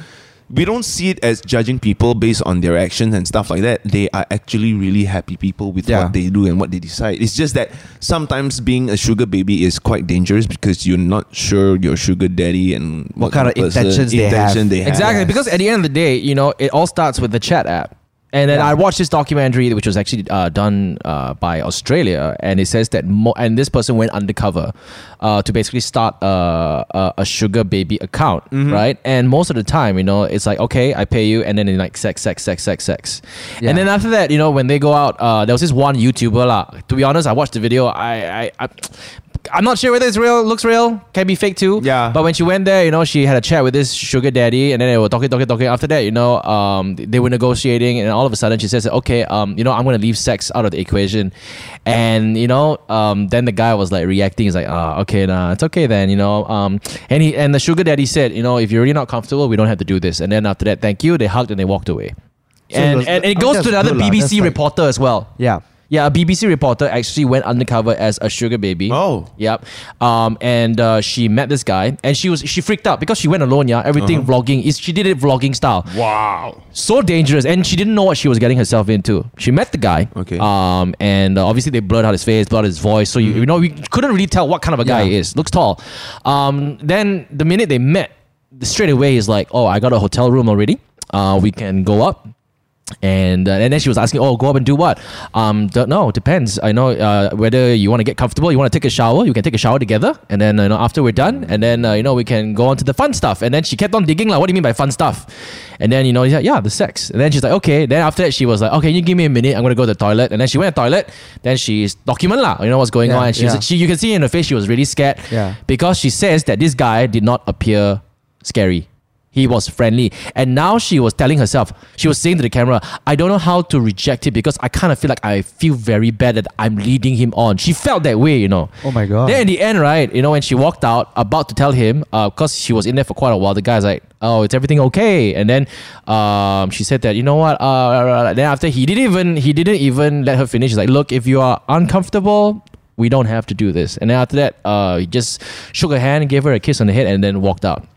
Speaker 3: We don't see it as judging people based on their actions and stuff like that. They are actually really happy people with
Speaker 2: Yeah.
Speaker 3: what they do and what they decide. It's just that sometimes being a sugar baby is quite dangerous because you're not sure your sugar daddy and
Speaker 2: What kind of intentions they have.
Speaker 3: intention they have.
Speaker 1: exactly. Because at the end of the day, you know, it all starts with the chat app. And then I
Speaker 2: Yeah.
Speaker 1: watched this documentary, which was actually uh, done uh, by Australia, and it says that mo- and this person went undercover uh, to basically start a, a, a sugar baby account, right? And most of the time, you know, it's like okay, I pay you, and then in like sex, sex, sex, sex, sex,
Speaker 2: Yeah.
Speaker 1: and then after that, you know, when they go out, uh, there was this one YouTuber lah. To be honest, I watched the video. I I. I I'm not sure whether it's real, looks real, can be fake too.
Speaker 3: Yeah.
Speaker 1: But when she went there, you know, she had a chat with this sugar daddy, and then they were talking, talking, talking. After that, you know, um, they were negotiating, and all of a sudden, she says, "Okay, um, you know, I'm gonna leave sex out of the equation," and you know, um, then the guy was like reacting. He's like, "Ah, okay, nah, it's okay then," you know. Um, and he and the sugar daddy said, "You know, if you're really not comfortable, we don't have to do this." And then after that, thank you. They hugged and they walked away.
Speaker 2: So
Speaker 1: and,
Speaker 2: that's-
Speaker 1: and
Speaker 2: I
Speaker 1: it
Speaker 2: mean,
Speaker 1: goes
Speaker 2: that's
Speaker 1: to another
Speaker 2: good lah. That's
Speaker 1: BBC
Speaker 2: like-
Speaker 1: reporter as well.
Speaker 2: Yeah.
Speaker 1: Yeah, a BBC reporter actually went undercover as a sugar baby.
Speaker 3: Oh.
Speaker 1: Yep. Um, and uh, she met this guy, and she was she freaked out because she went alone. Yeah, everything vlogging is she did it vlogging style.
Speaker 3: Uh-huh. Wow.
Speaker 1: So dangerous, and she didn't know what she was getting herself into. She met the guy.
Speaker 3: Okay.
Speaker 1: Um, and uh, obviously they blurred out his face, blurred out his voice, so you,
Speaker 3: Mm-hmm.
Speaker 1: you know we couldn't really tell what kind of a guy
Speaker 2: Yeah.
Speaker 1: he is. Looks tall. Um, then the minute they met, straight away he's like, "Oh, I got a hotel room already. Uh, we can go up." And, uh, and then she was asking, "Oh, go up and do what?" Um, don't know. Depends. I know uh, whether you want to get comfortable. You want to take a shower. You can take a shower together, and then you know after we're done, and then uh, you know we can go on to the fun stuff. And then she kept on digging like, "What do you mean by fun stuff?" And then you know, he's like, "Yeah, the sex." And then she's like, "Okay." Then after that, she was like, "Okay, you give me a minute. I'm gonna go to the toilet." And then she went to the toilet. Then she's document lah. You know what's going
Speaker 2: Yeah,
Speaker 1: on? And she, was,
Speaker 2: yeah.
Speaker 1: she you can see in her face she was really scared.
Speaker 2: Yeah.
Speaker 1: Because she says that this guy did not appear scary. He was friendly. And now she was telling herself, she was saying to the camera, I don't know how to reject it because I kind of feel like I feel very bad that I'm leading him on. She felt that way, you know.
Speaker 2: Oh my God.
Speaker 1: Then in the end, right, you know, when she walked out, about to tell him, because she was in there for quite a while, the guy's like, oh, it's everything okay? And then um, she said that, you know what? Uh, then after he didn't even, he didn't even let her finish. He's like, look, if you are uncomfortable, we don't have to do this. And then after that, uh, he just shook her hand, gave her a kiss on the head, and then walked out.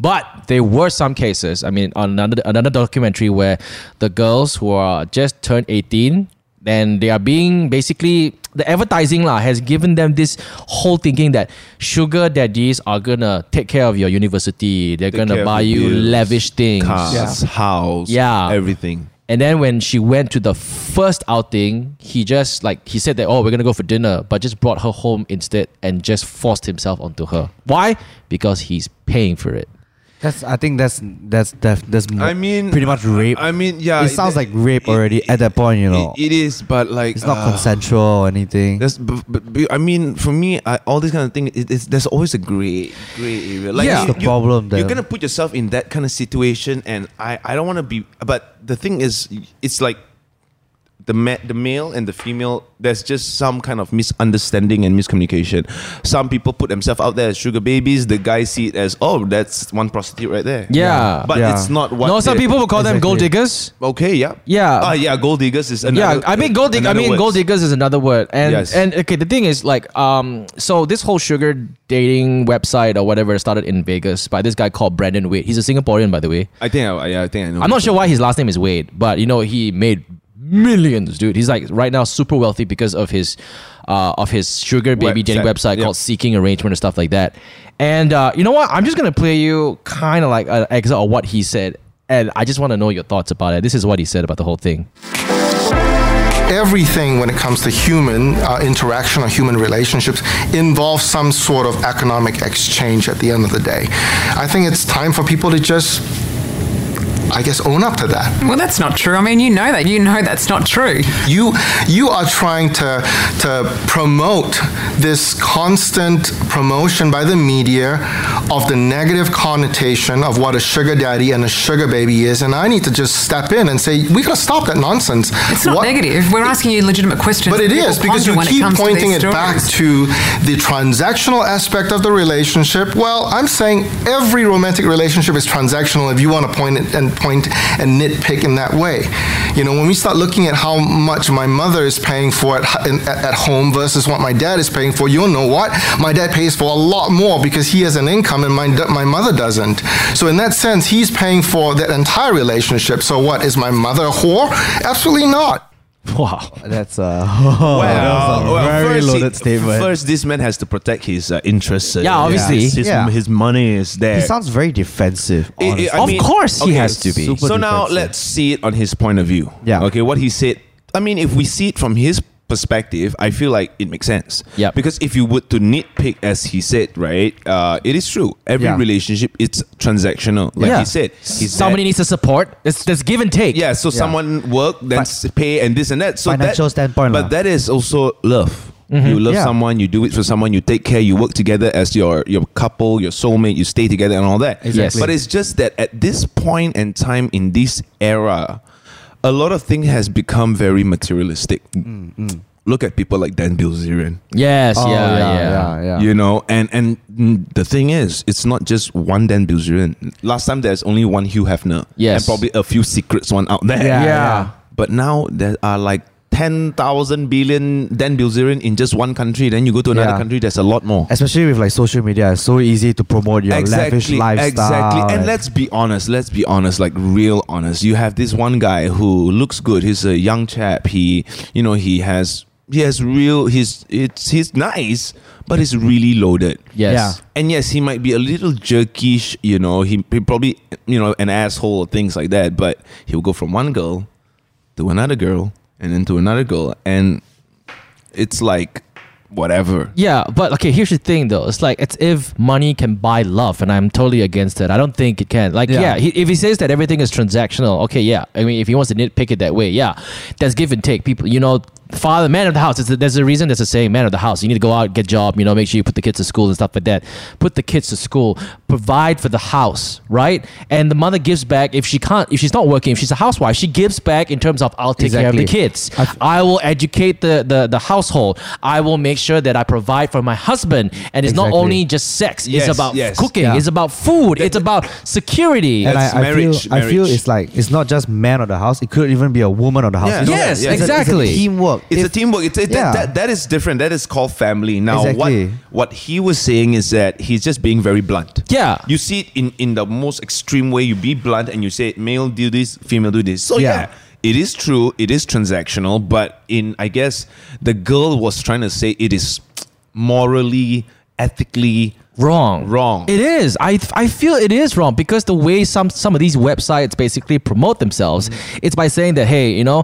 Speaker 1: But there were some cases. I mean, on another another documentary where the girls who are just turned eighteen, then they are being basically the advertising lah has given them this whole thinking that sugar daddies are gonna take care of your university. They're
Speaker 3: Take
Speaker 1: gonna
Speaker 3: care of
Speaker 1: buy
Speaker 3: the
Speaker 1: you
Speaker 3: bills,
Speaker 1: lavish things.
Speaker 3: Cars,
Speaker 2: Yeah.
Speaker 3: house,
Speaker 1: Yeah.
Speaker 3: everything.
Speaker 1: And then when she went to the first outing, he just like he said that oh we're gonna go for dinner, but just brought her home instead and just forced himself onto her. Why? Because he's paying for it.
Speaker 2: That's. I think that's that's that's, that's mo-
Speaker 3: I mean,
Speaker 2: pretty much rape.
Speaker 3: I mean, yeah,
Speaker 2: It sounds like rape already at that point, you know.
Speaker 3: it- it is, but like
Speaker 2: it's not
Speaker 3: uh,
Speaker 2: consensual or anything.
Speaker 3: That's, but, but, but, I mean, for me, I, all this kind of thing, it, it's, there's always a gray gray area. Like,
Speaker 2: Yeah.
Speaker 3: you-
Speaker 2: That's the
Speaker 3: you-
Speaker 2: problem
Speaker 3: You're
Speaker 2: there.
Speaker 3: gonna put yourself in that kind of situation, and I, I don't want to be. But the thing is, it's like the ma- the male and the female. There's just some kind of misunderstanding and miscommunication. Some people put themselves out there as sugar babies. The guys see it as, oh, that's one prostitute right there.
Speaker 1: Yeah.
Speaker 3: but
Speaker 2: Yeah.
Speaker 3: it's not what.
Speaker 1: no, some
Speaker 3: they-
Speaker 1: people will call them gold
Speaker 2: Exactly.
Speaker 1: diggers.
Speaker 3: Okay, yeah,
Speaker 1: Yeah.
Speaker 3: Ah, yeah, gold diggers is another.
Speaker 1: yeah, I mean gold dig- I
Speaker 3: another
Speaker 1: mean
Speaker 3: word.
Speaker 1: gold diggers is another word. And
Speaker 3: Yes.
Speaker 1: and okay, the thing is like um so this whole sugar dating website or whatever started in Vegas by this guy called Brandon Wade. He's a Singaporean by the way.
Speaker 3: I think, I, yeah, I think I know.
Speaker 1: I'm not sure why his last name is Wade, but you know he made millions, dude. He's like right now super wealthy because of his uh, of his sugar baby
Speaker 3: Website,
Speaker 1: dating website
Speaker 3: yeah.
Speaker 1: called Seeking Arrangement and stuff like that. And uh, you know what? I'm just gonna play you kind of like an excerpt of what he said, and I just want to know your thoughts about it. This is what he said about the whole thing.
Speaker 4: everything when it comes to human uh, interaction or human relationships involves some sort of economic exchange at the end of the day. I think it's time for people to just, I guess, own up to that.
Speaker 5: Well, that's not true. I mean, you know that. You know that's not true.
Speaker 4: You you are trying to to promote this constant promotion by the media of the negative connotation of what a sugar daddy and a sugar baby is, and I need to just step in and say we gotta stop that nonsense.
Speaker 5: It's not
Speaker 4: What-
Speaker 5: negative. We're asking you legitimate questions.
Speaker 4: But it
Speaker 5: that people
Speaker 4: is because
Speaker 5: ponder
Speaker 4: you
Speaker 5: when
Speaker 4: keep
Speaker 5: comes to
Speaker 4: pointing it
Speaker 5: these
Speaker 4: back
Speaker 5: stories.
Speaker 4: to the transactional aspect of the relationship. Well, I'm saying every romantic relationship is transactional if you want to point it and point and nitpick in that way. You know, when we start looking at how much my mother is paying for at, h- in- at, at home versus what my dad is paying for, you'll know what? My dad pays for a lot more because he has an income and my, d- my mother doesn't. So, in that sense, he's paying for that entire relationship. So, what? Is my mother a whore? Absolutely not.
Speaker 1: Wow.
Speaker 2: That's uh, well, that was a very
Speaker 3: he-
Speaker 2: loaded statement.
Speaker 3: First, this man has to protect his uh, interests. uh,
Speaker 1: Yeah, obviously.
Speaker 3: His, his,
Speaker 2: Yeah.
Speaker 3: his money is there.
Speaker 2: he sounds very defensive.
Speaker 3: It- it-
Speaker 2: honestly.
Speaker 3: I
Speaker 1: Of course he has to be.
Speaker 3: So
Speaker 2: Super
Speaker 3: now
Speaker 2: defensive.
Speaker 3: let's see it on his point of view.
Speaker 2: Yeah.
Speaker 3: Okay, what he said. I mean, if we see it from his perspective, I feel like it makes sense.
Speaker 1: Yeah.
Speaker 3: Because if you were to nitpick, as he said, right, uh, it is true. Every
Speaker 2: Yeah.
Speaker 3: relationship, it's transactional. Like he said, his
Speaker 1: somebody
Speaker 3: dad-
Speaker 1: needs to support. It's there's give and take.
Speaker 3: yeah, so someone work, then
Speaker 2: But-
Speaker 3: s- pay, and this and that. So
Speaker 2: Financial
Speaker 3: that,
Speaker 2: standpoint
Speaker 3: but
Speaker 2: lah. Mm-hmm.
Speaker 3: that is also love. You love
Speaker 2: Yeah.
Speaker 3: someone, you do it for someone, you take care, you work together as your your couple, your soulmate, you stay together, and all that.
Speaker 1: Exactly.
Speaker 3: But it's just that at this point and time in this era, a lot of thing has become very materialistic.
Speaker 2: Mm,
Speaker 3: Look at people like Dan Bilzerian.
Speaker 1: Yes.
Speaker 2: Oh,
Speaker 1: yeah, yeah.
Speaker 2: yeah, yeah.
Speaker 3: You know, and and mm, the thing is, it's not just one Dan Bilzerian. Last time there's only one Hugh Hefner,
Speaker 1: Yes.
Speaker 3: and probably a few secrets one out there.
Speaker 2: Yeah,
Speaker 1: yeah.
Speaker 3: But now there are like 10,000 billion Dan Bilzerian in just one country. Then you go to another
Speaker 2: Yeah.
Speaker 3: country, there's a lot more.
Speaker 2: Especially with like social media, it's so easy to promote your lavish lifestyle.
Speaker 3: Exactly. And, let's be honest, let's be honest, like real honest. You have this one guy who looks good. He's a young chap. He, you know, he has he has real he's it's he's nice, but he's really loaded.
Speaker 1: Yes.
Speaker 3: And yes, he might be a little jerkish, you know, he, he probably, you know, an asshole or things like that, but he'll go from one girl to another girl and then to another girl. And it's like, whatever.
Speaker 1: Yeah, but okay, here's the thing though. It's like it's if money can buy love, and I'm totally against it. I don't think it can. Like, yeah,
Speaker 2: Yeah.
Speaker 1: he, if he says that everything is transactional, okay, yeah. I mean, if he wants to nitpick it that way, yeah, that's give and take. People, you know, father, man of the house. It's a, there's a reason there's a saying, man of the house. You need to go out, get job, you know, make sure you put the kids to school and stuff like that. Put the kids to school, provide for the house, right? And the mother gives back if she can't, if she's not working, if she's a housewife, she gives back in terms of I'll take care of the
Speaker 2: Exactly.
Speaker 1: kids. I will educate the, the, the household. I will make sure that I provide for my husband. And it's not
Speaker 2: Exactly.
Speaker 1: only just sex.
Speaker 3: Yes,
Speaker 1: it's about
Speaker 3: yes.
Speaker 1: cooking.
Speaker 2: Yeah.
Speaker 1: It's about food. It's about security.
Speaker 2: And I,
Speaker 3: That's
Speaker 2: I
Speaker 3: marriage,
Speaker 2: feel I feel
Speaker 3: marriage.
Speaker 2: it's like it's not just man of the house. It could even be a woman of the house.
Speaker 3: Yeah.
Speaker 2: You know,
Speaker 1: Yes,
Speaker 2: it's a- it's a
Speaker 1: exactly.
Speaker 2: teamwork.
Speaker 3: It's
Speaker 2: If-
Speaker 3: a teamwork. It's it,
Speaker 2: Yeah.
Speaker 3: that, that that is different. That is called family. Now,
Speaker 2: Exactly.
Speaker 3: what what he was saying is that he's just being very blunt.
Speaker 1: Yeah.
Speaker 3: you see it in in the most extreme way. You be blunt and you say male do this, female do this. So yeah.
Speaker 2: Yeah.
Speaker 3: It is true. It is transactional, but in I guess the girl was trying to say it is morally, ethically
Speaker 1: wrong.
Speaker 3: Wrong.
Speaker 1: It is. I I feel it is wrong because the way some some of these websites basically promote themselves, it's by saying that hey, you know,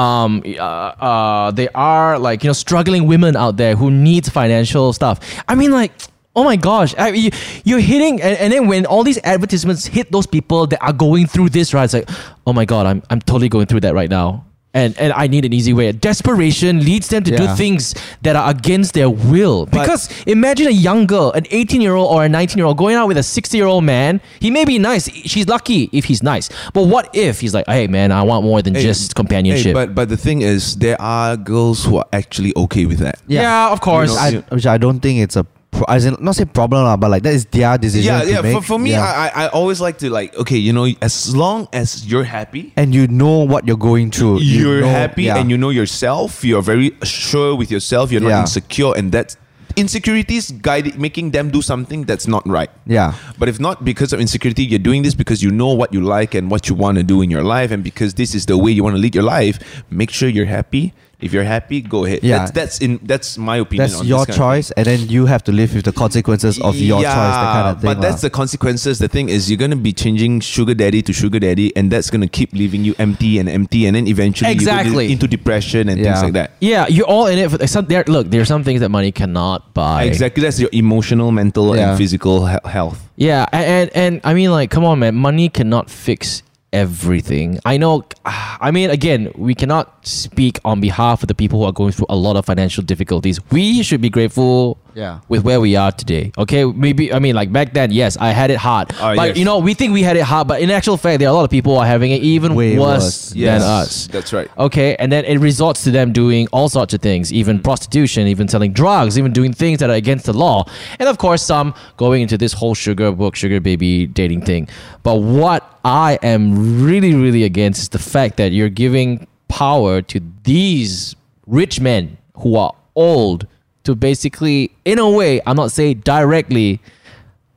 Speaker 1: um, uh, uh, they are like you know struggling women out there who need financial stuff. I mean like. Oh my gosh, I, you, you're hitting, and, and then when all these advertisements hit those people that are going through this, right? It's like, oh my god, I'm, I'm totally going through that right now, and and I need an easy way. Desperation leads them to do
Speaker 2: Yeah.
Speaker 1: things things that are against their will. Because imagine a young girl, an 18 year old or a 19 year old, going out with a 60 year old man. He may be nice. She's lucky if he's nice. But what if he's like, hey, man, I want more than
Speaker 3: Hey,
Speaker 1: just
Speaker 3: Hey,
Speaker 1: companionship?
Speaker 3: but but the thing is, there are girls who are actually okay with that.
Speaker 1: yeah. of course.
Speaker 3: You know,
Speaker 1: I-
Speaker 2: I, which I don't think it's a pro- as in, not say problem lah, but like that is their decision.
Speaker 3: Yeah,
Speaker 2: to
Speaker 3: yeah. For,
Speaker 2: make.
Speaker 3: for me,
Speaker 2: Yeah.
Speaker 3: I, I I always like to like okay, you know, as long as you're happy,
Speaker 2: and you know what you're going through. you
Speaker 3: you're
Speaker 2: know-
Speaker 3: happy
Speaker 2: yeah.
Speaker 3: and you know yourself. You're very sure with yourself. You're not
Speaker 2: Yeah.
Speaker 3: insecure, and that's insecurities guiding, making them do something that's not right.
Speaker 2: Yeah.
Speaker 3: But if not because of insecurity, you're doing this because you know what you like and what you want to do in your life, and because this is the way you want to lead your life. Make sure you're happy. If you're happy, go ahead.
Speaker 2: Yeah.
Speaker 3: That's, that's in that's my opinion.
Speaker 2: That's
Speaker 3: on
Speaker 2: your
Speaker 3: this kind of
Speaker 2: choice, and then you have to live with the consequences of your choice. That kind of thing.
Speaker 3: But that's the consequences. The thing is, you're gonna be changing sugar daddy to sugar daddy, and that's gonna keep leaving you empty and empty, and then eventually you're gonna
Speaker 1: Exactly.
Speaker 3: into depression and
Speaker 2: Yeah.
Speaker 3: things like that.
Speaker 1: yeah, you're all in it. For, some, there, look, there are some things that money cannot buy.
Speaker 3: Exactly. That's your emotional, mental,
Speaker 2: Yeah.
Speaker 3: and physical he- health.
Speaker 1: Yeah, a- and, and I mean, like, come on, man, money cannot fix everything. I know. I mean, again, we cannot speak on behalf of the people who are going through a lot of financial difficulties. We should be grateful.
Speaker 2: Yeah.
Speaker 1: With where we are today, okay. Maybe I mean, like back then, yes, I had it hard,
Speaker 3: Ah,
Speaker 1: but
Speaker 3: yes.
Speaker 1: you know, we think we had it hard, but in actual fact, there are a lot of people who are having it even
Speaker 2: Way
Speaker 1: worse,
Speaker 2: worse.
Speaker 1: than
Speaker 3: Yes,
Speaker 1: us.
Speaker 3: That's right.
Speaker 1: Okay, and then it results to them doing all sorts of things, even prostitution, even selling drugs, even doing things that are against the law. And of course, some going into this whole sugar book, sugar baby dating thing. But what I am really, really against is the fact that you're giving power to these rich men who are old to basically, in a way, I'm not saying directly,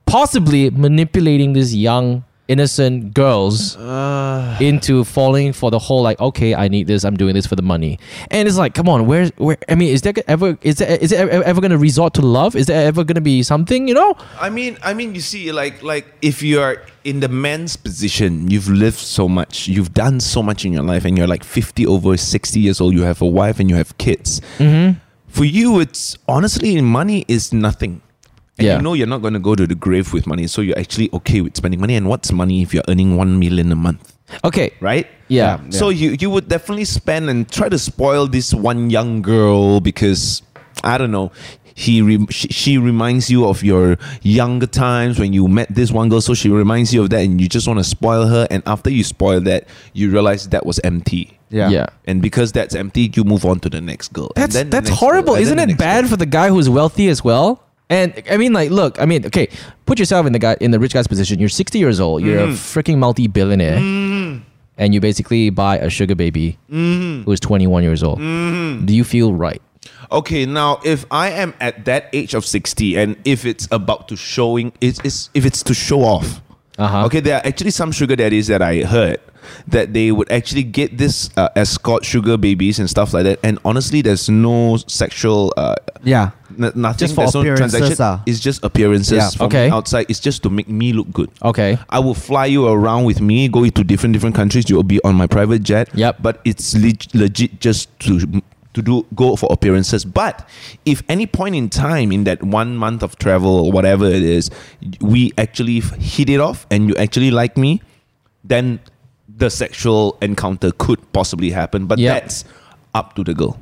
Speaker 1: possibly manipulating these young, innocent girls into falling for the whole like okay i need this i'm doing this for the money and it's like come on where where i mean is there ever is there is there ever going to resort to love is there ever going to be something you know
Speaker 3: I mean, I mean, you see, like, like if you are in the man's position, you've lived so much, you've done so much in your life, and you're like fifty over sixty years old. You have a wife and you have kids. For you, it's honestly money is nothing. And
Speaker 1: Yeah.
Speaker 3: you know you're not going to go to the grave with money, so you're actually okay with spending money. And what's money if you're earning one million a month,
Speaker 1: okay
Speaker 3: right?
Speaker 1: yeah
Speaker 3: So you you would definitely spend and try to spoil this one young girl because I don't know. He re- she, she reminds you of your younger times when you met this one girl, so she reminds you of that, and you just want to spoil her. And after you spoil that, you realize that was empty.
Speaker 1: yeah,
Speaker 2: yeah.
Speaker 3: And because that's empty, you move on to the next girl. And
Speaker 1: that's
Speaker 3: then the
Speaker 1: that's
Speaker 3: next
Speaker 1: horrible
Speaker 3: girl, and
Speaker 1: isn't
Speaker 3: then the
Speaker 1: it
Speaker 3: next
Speaker 1: bad
Speaker 3: girl.
Speaker 1: for the guy who's wealthy as well and i mean like look i mean okay put yourself in the guy in the rich guy's position you're 60 years old you're
Speaker 3: Mm.
Speaker 1: a freaking multi-billionaire and you basically buy a sugar baby
Speaker 3: Mm.
Speaker 1: who's 21 years old do you feel right
Speaker 3: Okay, now if I am at that age of sixty, and if it's about to showing, it's, it's if it's to show off.
Speaker 1: Uh-huh.
Speaker 3: Okay, there are actually some sugar daddies that I heard that they would actually get this uh, escort sugar babies and stuff like that. And honestly, there's no sexual, uh,
Speaker 2: yeah.
Speaker 3: n- nothing.
Speaker 2: Just for
Speaker 3: there's no
Speaker 2: appearances,
Speaker 3: transaction.
Speaker 2: ah.
Speaker 3: It's just appearances
Speaker 2: Yeah.
Speaker 3: from
Speaker 1: Okay.
Speaker 3: outside. It's just to make me look good.
Speaker 1: okay
Speaker 3: I will fly you around with me, go to different different countries. You'll be on my private jet.
Speaker 1: Yep.
Speaker 3: But it's leg- legit just to to do go for appearances. But if any point in time in that one month of travel or whatever it is, we actually f- hit it off and you actually like me, then the sexual encounter could possibly happen. But
Speaker 1: Yep.
Speaker 3: that's up to the girl.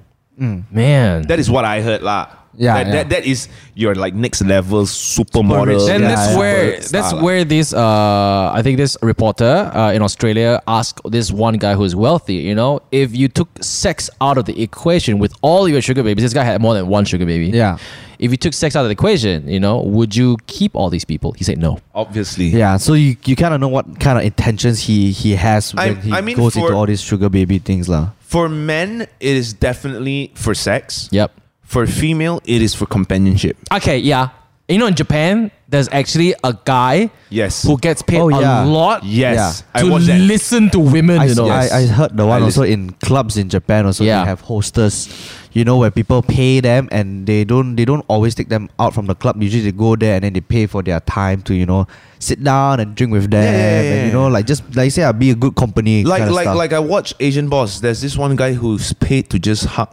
Speaker 1: man
Speaker 3: That is what I heard, lah.
Speaker 2: Yeah,
Speaker 3: that,
Speaker 2: yeah.
Speaker 3: that that is your like next level supermodel.
Speaker 2: rich.
Speaker 1: Then
Speaker 2: Yeah,
Speaker 1: that's
Speaker 2: yeah.
Speaker 1: where
Speaker 3: superstar
Speaker 1: that's
Speaker 3: lah.
Speaker 1: where this uh, I think this reporter uh, in Australia asked this one guy who's wealthy, you know, if you took sex out of the equation with all your sugar babies, this guy had more than one sugar baby.
Speaker 2: Yeah.
Speaker 1: If you took sex out of the equation, you know, would you keep all these people? He said no.
Speaker 3: obviously.
Speaker 2: Yeah, so you, you kind of know what kind of intentions he he has when
Speaker 3: I-
Speaker 2: he
Speaker 3: I mean
Speaker 2: goes into
Speaker 3: for-
Speaker 2: all these sugar baby things lah.
Speaker 3: For men, it is definitely for sex.
Speaker 1: Yep.
Speaker 3: For female, it is for companionship.
Speaker 1: Okay, yeah. You know, in Japan, there's actually a guy
Speaker 3: Yes.
Speaker 1: who gets paid
Speaker 2: Oh, yeah.
Speaker 1: a lot
Speaker 3: Yes,
Speaker 1: to
Speaker 3: I watched that.
Speaker 1: listen to women,
Speaker 2: I,
Speaker 1: you know.
Speaker 2: I, I heard the
Speaker 3: I
Speaker 2: one also in
Speaker 3: listen-
Speaker 2: clubs in Japan also
Speaker 1: Yeah.
Speaker 2: they have hostess. you know, where people pay them and they don't they don't always take them out from the club. Usually they go there and then they pay for their time to you know sit down and drink with them
Speaker 3: yeah, yeah,
Speaker 2: and you
Speaker 3: yeah.
Speaker 2: know like just like you say, i be a good company.
Speaker 3: Like
Speaker 2: kinda
Speaker 3: like
Speaker 2: stuff.
Speaker 3: like I watch Asian Boss. There's this one guy who's paid to just hug.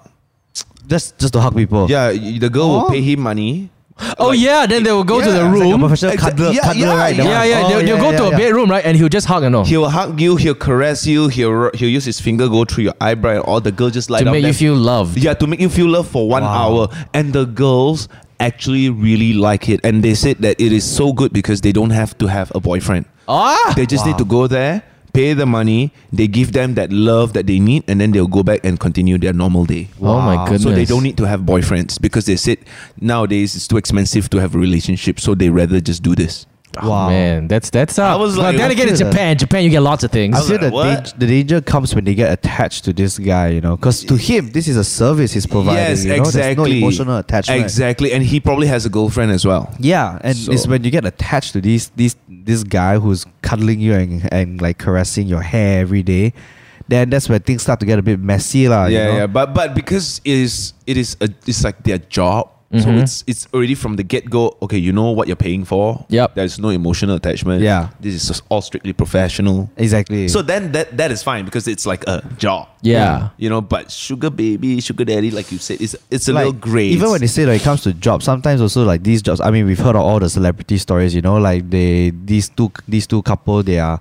Speaker 2: just just to hug people.
Speaker 3: Yeah, y- the girl will
Speaker 2: Oh.
Speaker 3: pay him money.
Speaker 1: Oh yeah, then they will go to the
Speaker 3: Yeah, it's like a
Speaker 1: room.
Speaker 2: professional cuddler-
Speaker 3: yeah,
Speaker 2: cuddler,
Speaker 3: yeah,
Speaker 2: right, that
Speaker 1: yeah,
Speaker 2: one.
Speaker 1: yeah,
Speaker 2: Oh,
Speaker 1: they'll, they'll
Speaker 2: yeah,
Speaker 1: go
Speaker 2: yeah,
Speaker 1: to a
Speaker 2: yeah.
Speaker 1: bedroom, right? And he'll just hug and all
Speaker 3: He'll hug you. He'll caress you. He'll ru- he'll use his finger go through your eyebrow, and all the girl just light
Speaker 1: to
Speaker 3: up.
Speaker 1: make you
Speaker 3: there.
Speaker 1: feel loved.
Speaker 3: Yeah, to make you feel loved for one hour. And the girls actually really like it. And they said that it is so good because they don't have to have a boyfriend.
Speaker 1: Ah,
Speaker 3: They just need to go there, pay the money, they give them that love that they need, and then they'll go back and continue their normal day.
Speaker 1: Oh my Wow.
Speaker 3: So
Speaker 1: goodness.
Speaker 3: they don't need to have boyfriends because they said nowadays it's too expensive to have a relationship, so they rather just do this.
Speaker 2: Wow.
Speaker 1: man, that's that's. Uh,
Speaker 3: I was
Speaker 1: well,
Speaker 3: like-
Speaker 1: then again, in
Speaker 2: Yeah.
Speaker 1: Japan, Japan, you get lots of things.
Speaker 2: I
Speaker 3: was
Speaker 2: feel
Speaker 3: like,
Speaker 2: the,
Speaker 3: "What?"
Speaker 2: dang- the danger comes when they get attached to this guy, you know, because to him this is a service he's providing.
Speaker 3: yes,
Speaker 2: you know? There's
Speaker 3: exactly.
Speaker 2: no emotional attachment.
Speaker 3: Exactly, and he probably has a girlfriend as well.
Speaker 2: Yeah, and it's
Speaker 3: So-
Speaker 2: when you get attached to these these this guy who's cuddling you and, and like caressing your hair every day, then that's where things start to get a bit messy, lah. you
Speaker 3: yeah,
Speaker 2: know?
Speaker 3: yeah. But but because it is it is a, it's like their job. So
Speaker 2: Mm-hmm.
Speaker 3: it's it's already from the get go. Okay, you know what you're paying for.
Speaker 1: Yep.
Speaker 3: There's no emotional attachment.
Speaker 2: Yeah.
Speaker 3: This is just all strictly professional.
Speaker 2: Exactly.
Speaker 3: So then that that is fine because it's like a job.
Speaker 1: Yeah.
Speaker 3: You know, but sugar baby, sugar daddy, like you said, it's it's a little gray.
Speaker 2: Even when they say that it comes to jobs, sometimes also like these jobs. I mean, we've heard of all the celebrity stories. You know, like they these two these two couple they are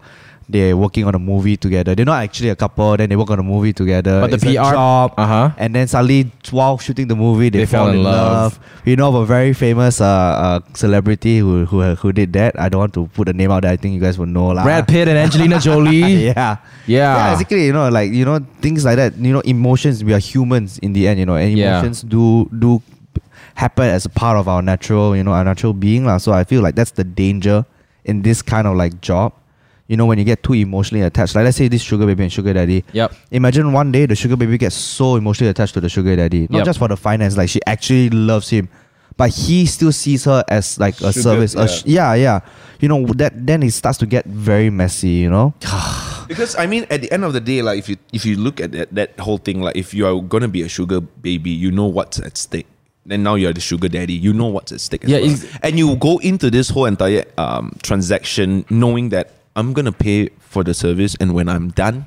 Speaker 2: they're working on a movie together. They're not actually a couple. Then they work on a movie together.
Speaker 1: But the
Speaker 2: It's a
Speaker 1: PR
Speaker 2: job,
Speaker 1: Uh-huh.
Speaker 2: And then suddenly, while shooting the movie, they, fall in, love. You know of a very famous uh, uh celebrity who who who did that. I don't want to put a name out there. I think you guys will know lah.
Speaker 1: Brad Pitt and Angelina Jolie.
Speaker 2: Yeah.
Speaker 1: Yeah.
Speaker 2: Basically, you know, like you know, things like that. You know, emotions. We are humans in the end. You know, and
Speaker 1: Yeah.
Speaker 2: emotions do do happen as a part of our natural, you know, our natural being lah. So I feel like that's the danger in this kind of like job. You know, when you get too emotionally attached, like let's say this sugar baby and sugar daddy.
Speaker 1: Yep.
Speaker 2: Imagine one day the sugar baby gets so emotionally attached to the sugar daddy, not
Speaker 1: Yep.
Speaker 2: just for the finance, like she actually loves him, but he still sees her as like a
Speaker 3: Sugar,
Speaker 2: service. Yeah. A sh- yeah, yeah. You know that then it starts to get very messy. You know.
Speaker 3: because I mean, at the end of the day, like if you if you look at that that whole thing, like if you are gonna be a sugar baby, you know what's at stake. Then now you're the sugar daddy. You know what's at stake. As
Speaker 1: Yeah,
Speaker 3: well.
Speaker 1: it's-
Speaker 3: and you go into this whole entire um, transaction knowing that I'm gonna pay for the service, and when I'm done,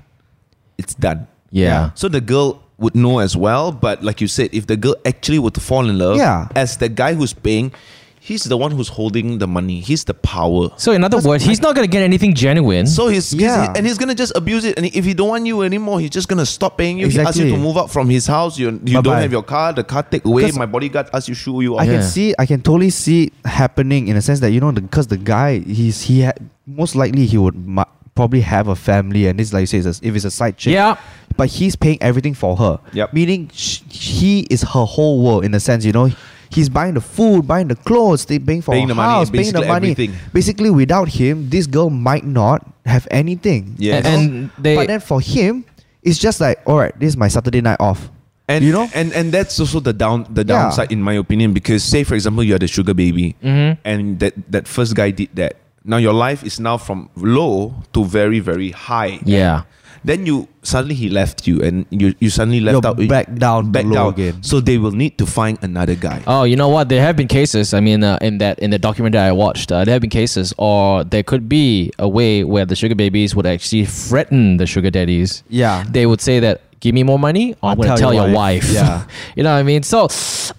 Speaker 3: it's done.
Speaker 1: Yeah.
Speaker 3: So the girl would know as well, but like you said, if the girl actually were to fall in love,
Speaker 2: Yeah.
Speaker 3: as the guy who's paying, he's the one who's holding the money. He's the power.
Speaker 1: So in other words, he's not gonna get anything genuine.
Speaker 3: So he's, he's-
Speaker 2: Yeah.
Speaker 3: he- and he's gonna just abuse it. And if he don't want you anymore, he's just gonna stop paying you. He asks you to
Speaker 2: Exactly.
Speaker 3: move out from his house. You you don't
Speaker 2: Bye-bye.
Speaker 3: have your car. The car take away.
Speaker 2: 'Cause-
Speaker 3: My bodyguard asks you shoe you
Speaker 2: I
Speaker 3: off.
Speaker 2: can
Speaker 1: Yeah.
Speaker 2: see, I can totally see it happening in a sense that you know, because the, guy, he's he ha- most likely he would mu probably have a family, and this like you say, is a, if it's a side chick,
Speaker 1: Yeah.
Speaker 2: but he's paying everything for her,
Speaker 3: Yep.
Speaker 2: meaning sh- he is her whole world in a sense, you know. He's buying the food, buying the clothes, they paying for
Speaker 3: Paying
Speaker 2: her
Speaker 3: the money,
Speaker 2: house, paying the
Speaker 3: basically
Speaker 2: money.
Speaker 3: everything.
Speaker 2: Basically, without him, this girl might not have anything.
Speaker 3: Yes.
Speaker 1: A- and they-
Speaker 2: but then for him, it's just like, all right, this is my Saturday night off.
Speaker 3: And
Speaker 2: you know,
Speaker 3: and and that's also the down the
Speaker 2: Yeah.
Speaker 3: downside in my opinion because say for example you are the sugar baby
Speaker 2: Mm-hmm.
Speaker 3: and that that first guy did that. Now your life is now from low to very very high.
Speaker 1: yeah.
Speaker 3: Then you suddenly he left you and you you suddenly left
Speaker 2: You're
Speaker 3: out
Speaker 2: back down
Speaker 3: back
Speaker 2: low
Speaker 3: down
Speaker 2: again. Uh,
Speaker 3: So they will need to find another guy.
Speaker 1: Oh, you know what? There have been cases. I mean, uh, in that in the documentary I watched, uh, there have been cases, or there could be a way where the sugar babies would actually threaten the sugar daddies.
Speaker 2: Yeah.
Speaker 1: they would say that, "Give me more money, or I'm going to tell your wife."
Speaker 2: Yeah.
Speaker 1: you know what I mean. So,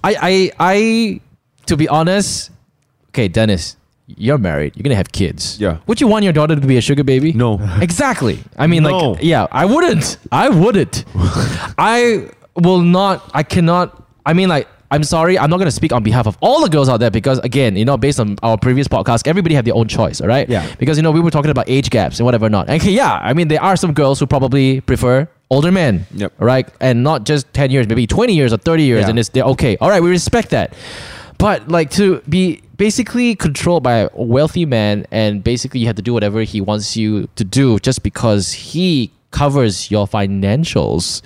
Speaker 1: I, I, I, to be honest, okay, Dennis, you're married. You're gonna have kids.
Speaker 3: Yeah.
Speaker 1: Would you want your daughter to be a sugar baby?
Speaker 3: No.
Speaker 1: Exactly. I mean,
Speaker 3: No.
Speaker 1: like, yeah, I wouldn't. I wouldn't. I will not. I cannot. I mean, like, I'm sorry. I'm not going to speak on behalf of all the girls out there because, again, you know, based on our previous podcast, everybody have their own choice, all right?
Speaker 2: Yeah.
Speaker 1: Because you know we were talking about age gaps and whatever not. Okay, yeah. I mean, there are some girls who probably prefer older men.
Speaker 3: Yep.
Speaker 1: Right, and not just ten years, maybe twenty years or thirty years,
Speaker 2: Yeah.
Speaker 1: and it's they're okay. All right, we respect that, but like to be basically controlled by a wealthy man, and basically you have to do whatever he wants you to do just because he covers your financials.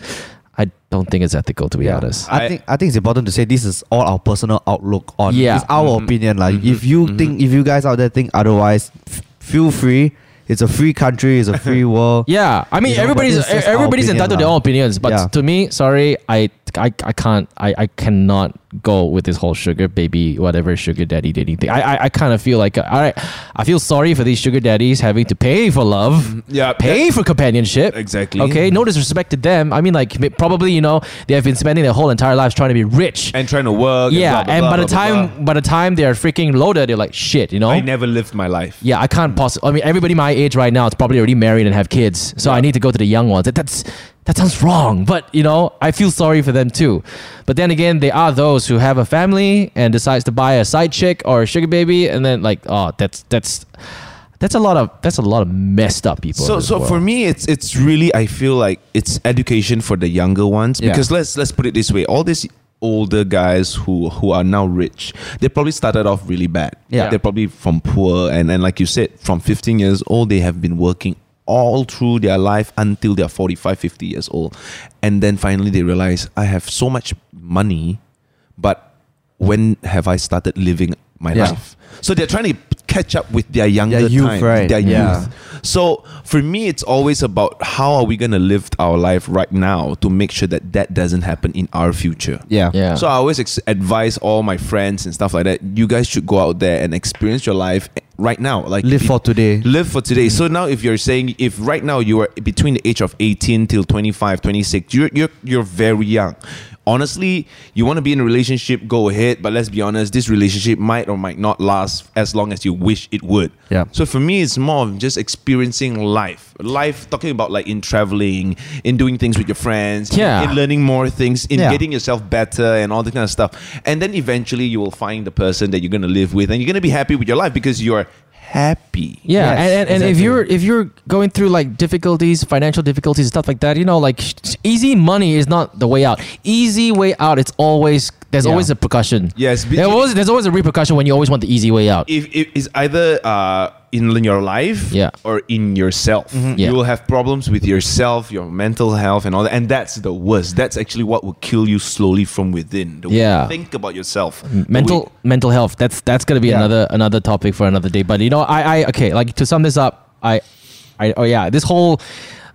Speaker 1: I don't think it's ethical, to be honest.
Speaker 2: I,
Speaker 3: I-
Speaker 2: think I think it's important to say this is all our personal outlook on.
Speaker 1: Yeah. Mm-hmm.
Speaker 2: it's our opinion, like if you think if you guys out there think otherwise, f- feel free. it's a free country, it's a free world.
Speaker 1: Yeah, I mean
Speaker 2: You know, but
Speaker 1: everybody's
Speaker 2: it's just our
Speaker 1: everybody's
Speaker 2: opinion
Speaker 1: entitled to their
Speaker 2: lah.
Speaker 1: own opinions, but
Speaker 2: Yeah.
Speaker 1: to me, sorry, I I, I can't I, I cannot go with this whole sugar baby whatever sugar daddy dating thing. I I, I kind of feel like all right, I feel sorry for these sugar daddies having to pay for love,
Speaker 3: Mm, yeah,
Speaker 1: pay for companionship,
Speaker 3: Exactly.
Speaker 1: Okay, no disrespect to them. I mean, like m- probably you know they have been spending their whole entire lives trying to be rich.
Speaker 3: and trying to work.
Speaker 1: yeah,
Speaker 3: and, blah,
Speaker 1: and
Speaker 3: blah,
Speaker 1: by
Speaker 3: blah,
Speaker 1: the
Speaker 3: blah,
Speaker 1: time
Speaker 3: blah.
Speaker 1: by the time they are freaking loaded, they're like shit, you know.
Speaker 3: I never lived my life.
Speaker 1: Yeah, I can't possibly. I mean, everybody my age right now is probably already married and have kids, so I need to go to the young ones. That, that's that sounds wrong, but you know, I feel sorry for them too. But then again, they are those who have a family and decides to buy a side chick or a sugar baby, and then like, oh, that's that's that's a lot of that's a lot of messed up people.
Speaker 3: So, so for me, it's it's really I feel like it's education for the younger ones
Speaker 1: Yeah.
Speaker 3: because let's let's put it this way: all these older guys who who are now rich, they probably started off really bad.
Speaker 1: Yeah.
Speaker 3: they're probably from poor, and and like you said, from 15 years old, they have been working all through their life until they're 45 50 years old and then finally they realize i have so much money but when have i started living my
Speaker 2: Yeah.
Speaker 3: life so they're trying to catch up with their younger
Speaker 2: youth,
Speaker 3: time,
Speaker 2: right?
Speaker 3: their
Speaker 2: Yeah.
Speaker 3: youth so for me, it's always about how are we going to live our life right now to make sure that that doesn't happen in our future.
Speaker 2: Yeah.
Speaker 1: yeah,
Speaker 3: So I always ex- advise all my friends and stuff like that. You guys should go out there and experience your life right now. Like
Speaker 2: Live
Speaker 3: be-
Speaker 2: for today.
Speaker 3: Live for today. So now if you're saying if right now you are between the age of 18 till 25, 26, you're you're you're very young. Honestly, you want to be in a relationship, go ahead, but let's be honest, this relationship might or might not last as long as you wish it would.
Speaker 2: Yeah.
Speaker 3: So for me it's more of just experiencing life. Life talking about like in traveling, in doing things with your friends, in-
Speaker 1: Yeah.
Speaker 3: in learning more things, in
Speaker 2: Yeah.
Speaker 3: getting yourself better and all that kind of stuff. And then eventually you will find the person that you're going to live with and you're going to be happy with your life because you're happy.
Speaker 1: Yeah,
Speaker 2: Yes,
Speaker 1: and, and, and if
Speaker 2: exactly.
Speaker 1: you're if you're going through like difficulties, financial difficulties, stuff like that, you know, like sh- easy money is not the way out. Easy way out, it's always there's
Speaker 2: Yeah.
Speaker 1: always a percussion.
Speaker 3: Yes, be-
Speaker 1: there's always there's always a repercussion when you always want the easy way out.
Speaker 3: If it is either uh, in your life
Speaker 1: Yeah.
Speaker 3: or in yourself,
Speaker 2: Mm-hmm.
Speaker 1: Yeah.
Speaker 3: you will have problems with yourself, your mental health, and all that. And that's the worst. That's actually what will kill you slowly from within. The way
Speaker 1: Yeah.
Speaker 3: you think about yourself. the
Speaker 1: mental
Speaker 3: way-
Speaker 1: mental health that's that's gonna be
Speaker 2: Yeah.
Speaker 1: another another topic for another day but you know i i okay like to sum this up i i oh yeah this whole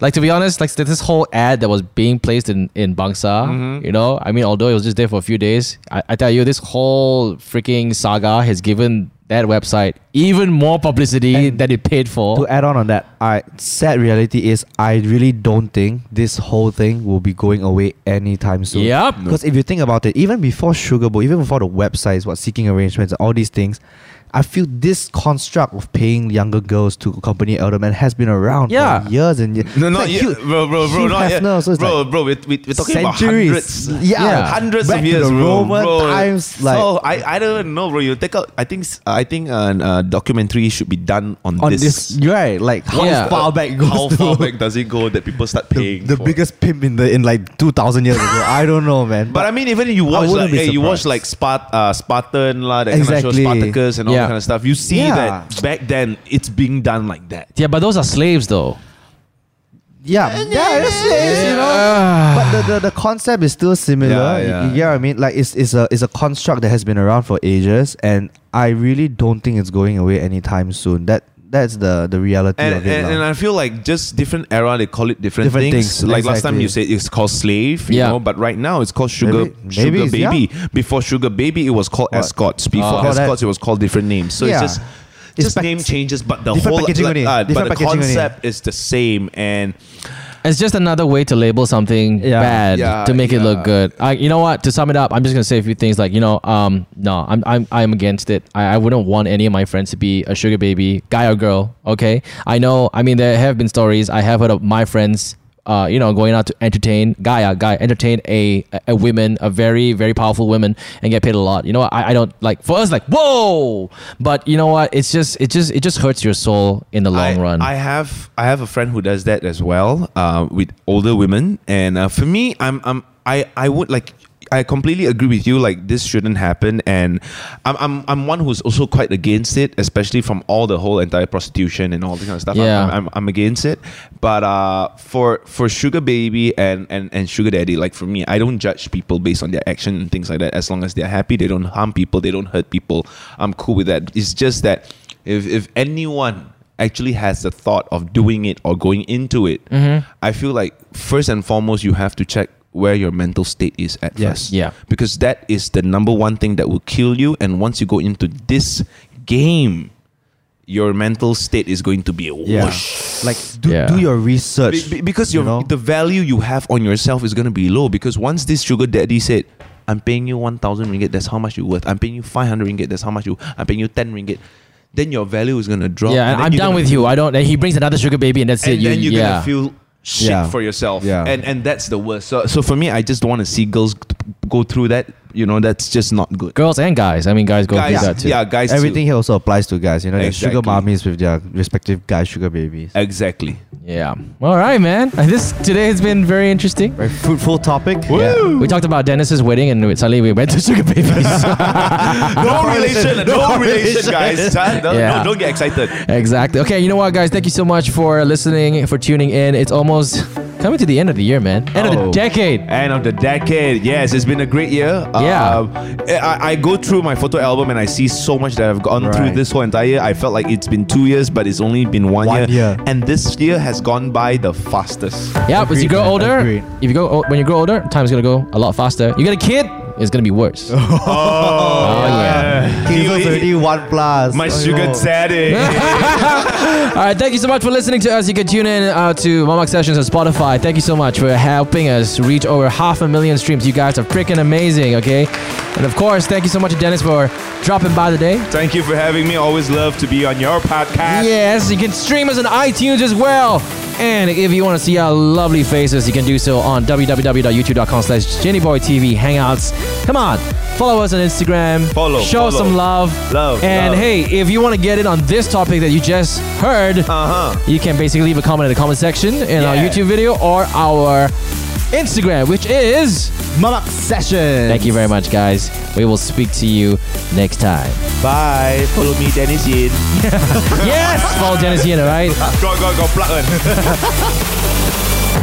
Speaker 1: like to be honest like this whole ad that was being placed in in bangsa
Speaker 2: Mm-hmm.
Speaker 1: you know i mean although it was just there for a few days I, I tell you this whole freaking saga has given that website even more publicity than it paid for
Speaker 2: To add on on that, I sad reality is I really don't think this whole thing will be going away anytime soon.
Speaker 1: Yup. No.
Speaker 2: Because if you think about it, even before Sugar Bowl, even before the websites, what seeking arrangements, and all these things, I feel this construct of paying younger girls to accompany elder men has been around
Speaker 1: Yeah.
Speaker 2: for years and years.
Speaker 3: No,
Speaker 2: It's
Speaker 3: not
Speaker 2: like
Speaker 3: yet.
Speaker 2: Hugh-
Speaker 3: bro, bro, bro,
Speaker 2: Hugh
Speaker 3: not yet.
Speaker 2: Hefner also is
Speaker 3: bro,
Speaker 2: like-
Speaker 3: bro, we, we, we're talking
Speaker 2: centuries.
Speaker 3: about hundreds.
Speaker 2: Yeah.
Speaker 3: hundreds
Speaker 2: Back
Speaker 3: of
Speaker 2: to
Speaker 3: years,
Speaker 2: the
Speaker 3: bro.
Speaker 2: Roman
Speaker 3: bro.
Speaker 2: times, like-
Speaker 3: so I, I don't know, bro. You take out. I think, s- I think an uh, documentary should be done on,
Speaker 2: on
Speaker 3: this.
Speaker 2: this, right? Like how
Speaker 1: Yeah.
Speaker 2: far back it goes
Speaker 3: How
Speaker 2: to.
Speaker 3: far back does it go that people start
Speaker 2: the,
Speaker 3: paying?
Speaker 2: the
Speaker 3: for-
Speaker 2: biggest pimp in the in like two thousand years ago. I don't know, man.
Speaker 3: But I mean, even you watch
Speaker 2: wouldn't
Speaker 3: like
Speaker 2: be
Speaker 3: hey, you watch
Speaker 2: surprised.
Speaker 3: like Spart- uh, Spartan lah, that kind of show,
Speaker 2: Exactly.
Speaker 3: Spartacus and all
Speaker 1: Yeah.
Speaker 3: that kind of stuff. You see
Speaker 2: Yeah.
Speaker 3: that back then it's being done like that.
Speaker 1: yeah but those are slaves though
Speaker 2: Yeah, yeah, it's slaves, you know. But the, the, the concept is still similar.
Speaker 3: Yeah,
Speaker 2: You-
Speaker 3: yeah.
Speaker 2: You, get what I mean? Like it's it's a it's a construct that has been around for ages, and I really don't think it's going away anytime soon. That that's the the reality
Speaker 3: and,
Speaker 2: of it.
Speaker 3: and,
Speaker 2: lah.
Speaker 3: and I feel like just different era they call it different,
Speaker 2: Different
Speaker 3: things.
Speaker 2: things,
Speaker 3: Like last time
Speaker 2: exactly.
Speaker 3: you said it's called slave, you
Speaker 1: Yeah.
Speaker 3: know, but right now it's called sugar
Speaker 2: Maybe-
Speaker 3: sugar
Speaker 2: maybe it's-
Speaker 3: baby. Before sugar baby, it was called
Speaker 2: What?
Speaker 3: escorts. Before
Speaker 2: Oh, that-
Speaker 3: escorts, it was called different names. So
Speaker 2: Yeah.
Speaker 3: it's just
Speaker 2: It's
Speaker 3: just
Speaker 2: pack-
Speaker 3: name changes, but the
Speaker 2: different
Speaker 3: whole
Speaker 2: packaging only,
Speaker 3: uh, but
Speaker 2: different
Speaker 3: the
Speaker 2: packaging only.
Speaker 3: concept is the same. And
Speaker 1: It's just another way to label something
Speaker 2: Yeah.
Speaker 1: bad
Speaker 3: Yeah,
Speaker 1: to make it look
Speaker 3: yeah.
Speaker 1: good. I, you know what? To sum it up, I'm just gonna say a few things. Like you know, um, no, I'm I'm I'm against it. I, I wouldn't want any of my friends to be a sugar baby, guy or girl. Okay, I know. I mean, there have been stories. I have heard of my friends. Uh, you know, going out to entertain guy, a guy entertain a a women, a very very powerful women, and get paid a lot. You know, what? I, I don't like for us like whoa, but you know what? It's just it just it just hurts your soul in the long
Speaker 3: I,
Speaker 1: run.
Speaker 3: I have I have a friend who does that as well uh, with older women, and uh, for me, I'm I'm I I would like. I completely agree with you. Like this shouldn't happen, and I'm, I'm I'm one who's also quite against it, especially from all the whole entire prostitution and all this kind of stuff. I'm-
Speaker 1: Yeah.
Speaker 3: I'm, I'm, I'm against it. But uh, for for sugar baby and, and and sugar daddy, like for me, I don't judge people based on their action and things like that. As long as they're happy, they don't harm people, they don't hurt people. I'm cool with that. It's just that if if anyone actually has the thought of doing it or going into it,
Speaker 2: Mm-hmm.
Speaker 3: I feel like first and foremost, you have to check where your mental state is at
Speaker 2: Yes.
Speaker 3: first.
Speaker 1: Yeah.
Speaker 3: Because that is the number one thing that will kill you. And once you go into this game, your mental state is going to be a
Speaker 2: Yeah.
Speaker 3: wash.
Speaker 2: Like do,
Speaker 1: Yeah.
Speaker 2: do your research
Speaker 3: Be- be- because
Speaker 2: you
Speaker 3: your
Speaker 2: know?
Speaker 3: the value you have on yourself is going to be low. Because once this sugar daddy said, "I'm paying you one thousand ringgit. That's how much you worth. I'm paying you five hundred ringgit. That's how much you. I'm paying you ten ringgit." Then your value is going to drop.
Speaker 1: Yeah, and
Speaker 3: and then
Speaker 1: I'm
Speaker 3: you're
Speaker 1: done
Speaker 3: gonna-
Speaker 1: with you. I don't. He brings another sugar baby, and that's
Speaker 3: and
Speaker 1: it. You,
Speaker 3: then you're
Speaker 1: yeah.
Speaker 3: gonna feel shit
Speaker 2: Yeah.
Speaker 3: for yourself.
Speaker 2: Yeah.
Speaker 3: And and that's the worst. So so for me, I just don't want to see girls g- go through that. You know, that's just not good.
Speaker 1: Girls and guys. I mean, guys go
Speaker 3: Guys,
Speaker 1: through that too.
Speaker 3: yeah, guys. too.
Speaker 2: Everything here also applies to guys. You know, there's sugar
Speaker 3: Exactly.
Speaker 2: mommies with their respective guy sugar babies.
Speaker 3: Exactly.
Speaker 1: Yeah. All right, man. Uh, This today has been very interesting.
Speaker 2: Very fruitful topic.
Speaker 1: Yeah. We talked about Dennis's wedding, and suddenly we went to sugar babies.
Speaker 3: No relation. No relation, guys. Huh? No,
Speaker 1: Yeah.
Speaker 3: no, don't get excited.
Speaker 1: Exactly. Okay, you know what, guys? Thank you so much for listening, for tuning in. It's almost coming to the end of the year, man. End of the
Speaker 3: Oh.
Speaker 1: decade.
Speaker 3: End of the decade. Yes, it's been a great year.
Speaker 1: Yeah.
Speaker 3: Um, I, I go through my photo album and I see so much that I've gone through
Speaker 2: Right.
Speaker 3: this whole entire year. I felt like it's been two years, but it's only been one,
Speaker 2: One year.
Speaker 3: And this year has gone by the fastest.
Speaker 1: Yeah, as you
Speaker 2: Agreed,
Speaker 1: grow
Speaker 2: man.
Speaker 1: older,
Speaker 2: Agreed.
Speaker 1: if you go o- when you grow older, time's gonna go a lot faster. You get a kid, it's gonna be worse. Oh, yeah.
Speaker 2: He was already one plus.
Speaker 3: my
Speaker 2: Oh,
Speaker 3: sugar
Speaker 2: no.
Speaker 3: daddy.
Speaker 1: All right, thank you so much for listening to us. You can tune in uh, to Momak Sessions on Spotify. Thank you so much for helping us reach over half a million streams. You guys are freaking amazing, okay? And of course, thank you so much to Dennis for dropping by today.
Speaker 3: Thank you for having me. Always love to be on your podcast.
Speaker 1: Yes, you can stream us on iTunes as well. And if you want to see our lovely faces, you can do so on www.youtube.com slash JennyBoyTV Hangouts. Come on, follow us on Instagram.
Speaker 3: Follow,
Speaker 1: Show us
Speaker 3: follow.
Speaker 1: some love.
Speaker 3: Love,
Speaker 1: And
Speaker 3: love.
Speaker 1: hey, if you want to get in on this topic that you just heard,
Speaker 3: Uh huh.
Speaker 1: you can basically leave a comment in the comment section in our
Speaker 3: Yeah.
Speaker 1: YouTube video or our Instagram, which is...
Speaker 2: Mamak session.
Speaker 1: Thank you very much, guys. We will speak to you next time.
Speaker 3: Bye. Follow me, Dennis Yin.
Speaker 1: yes! Follow Dennis Yin, all right?
Speaker 3: Got, got, got plug one.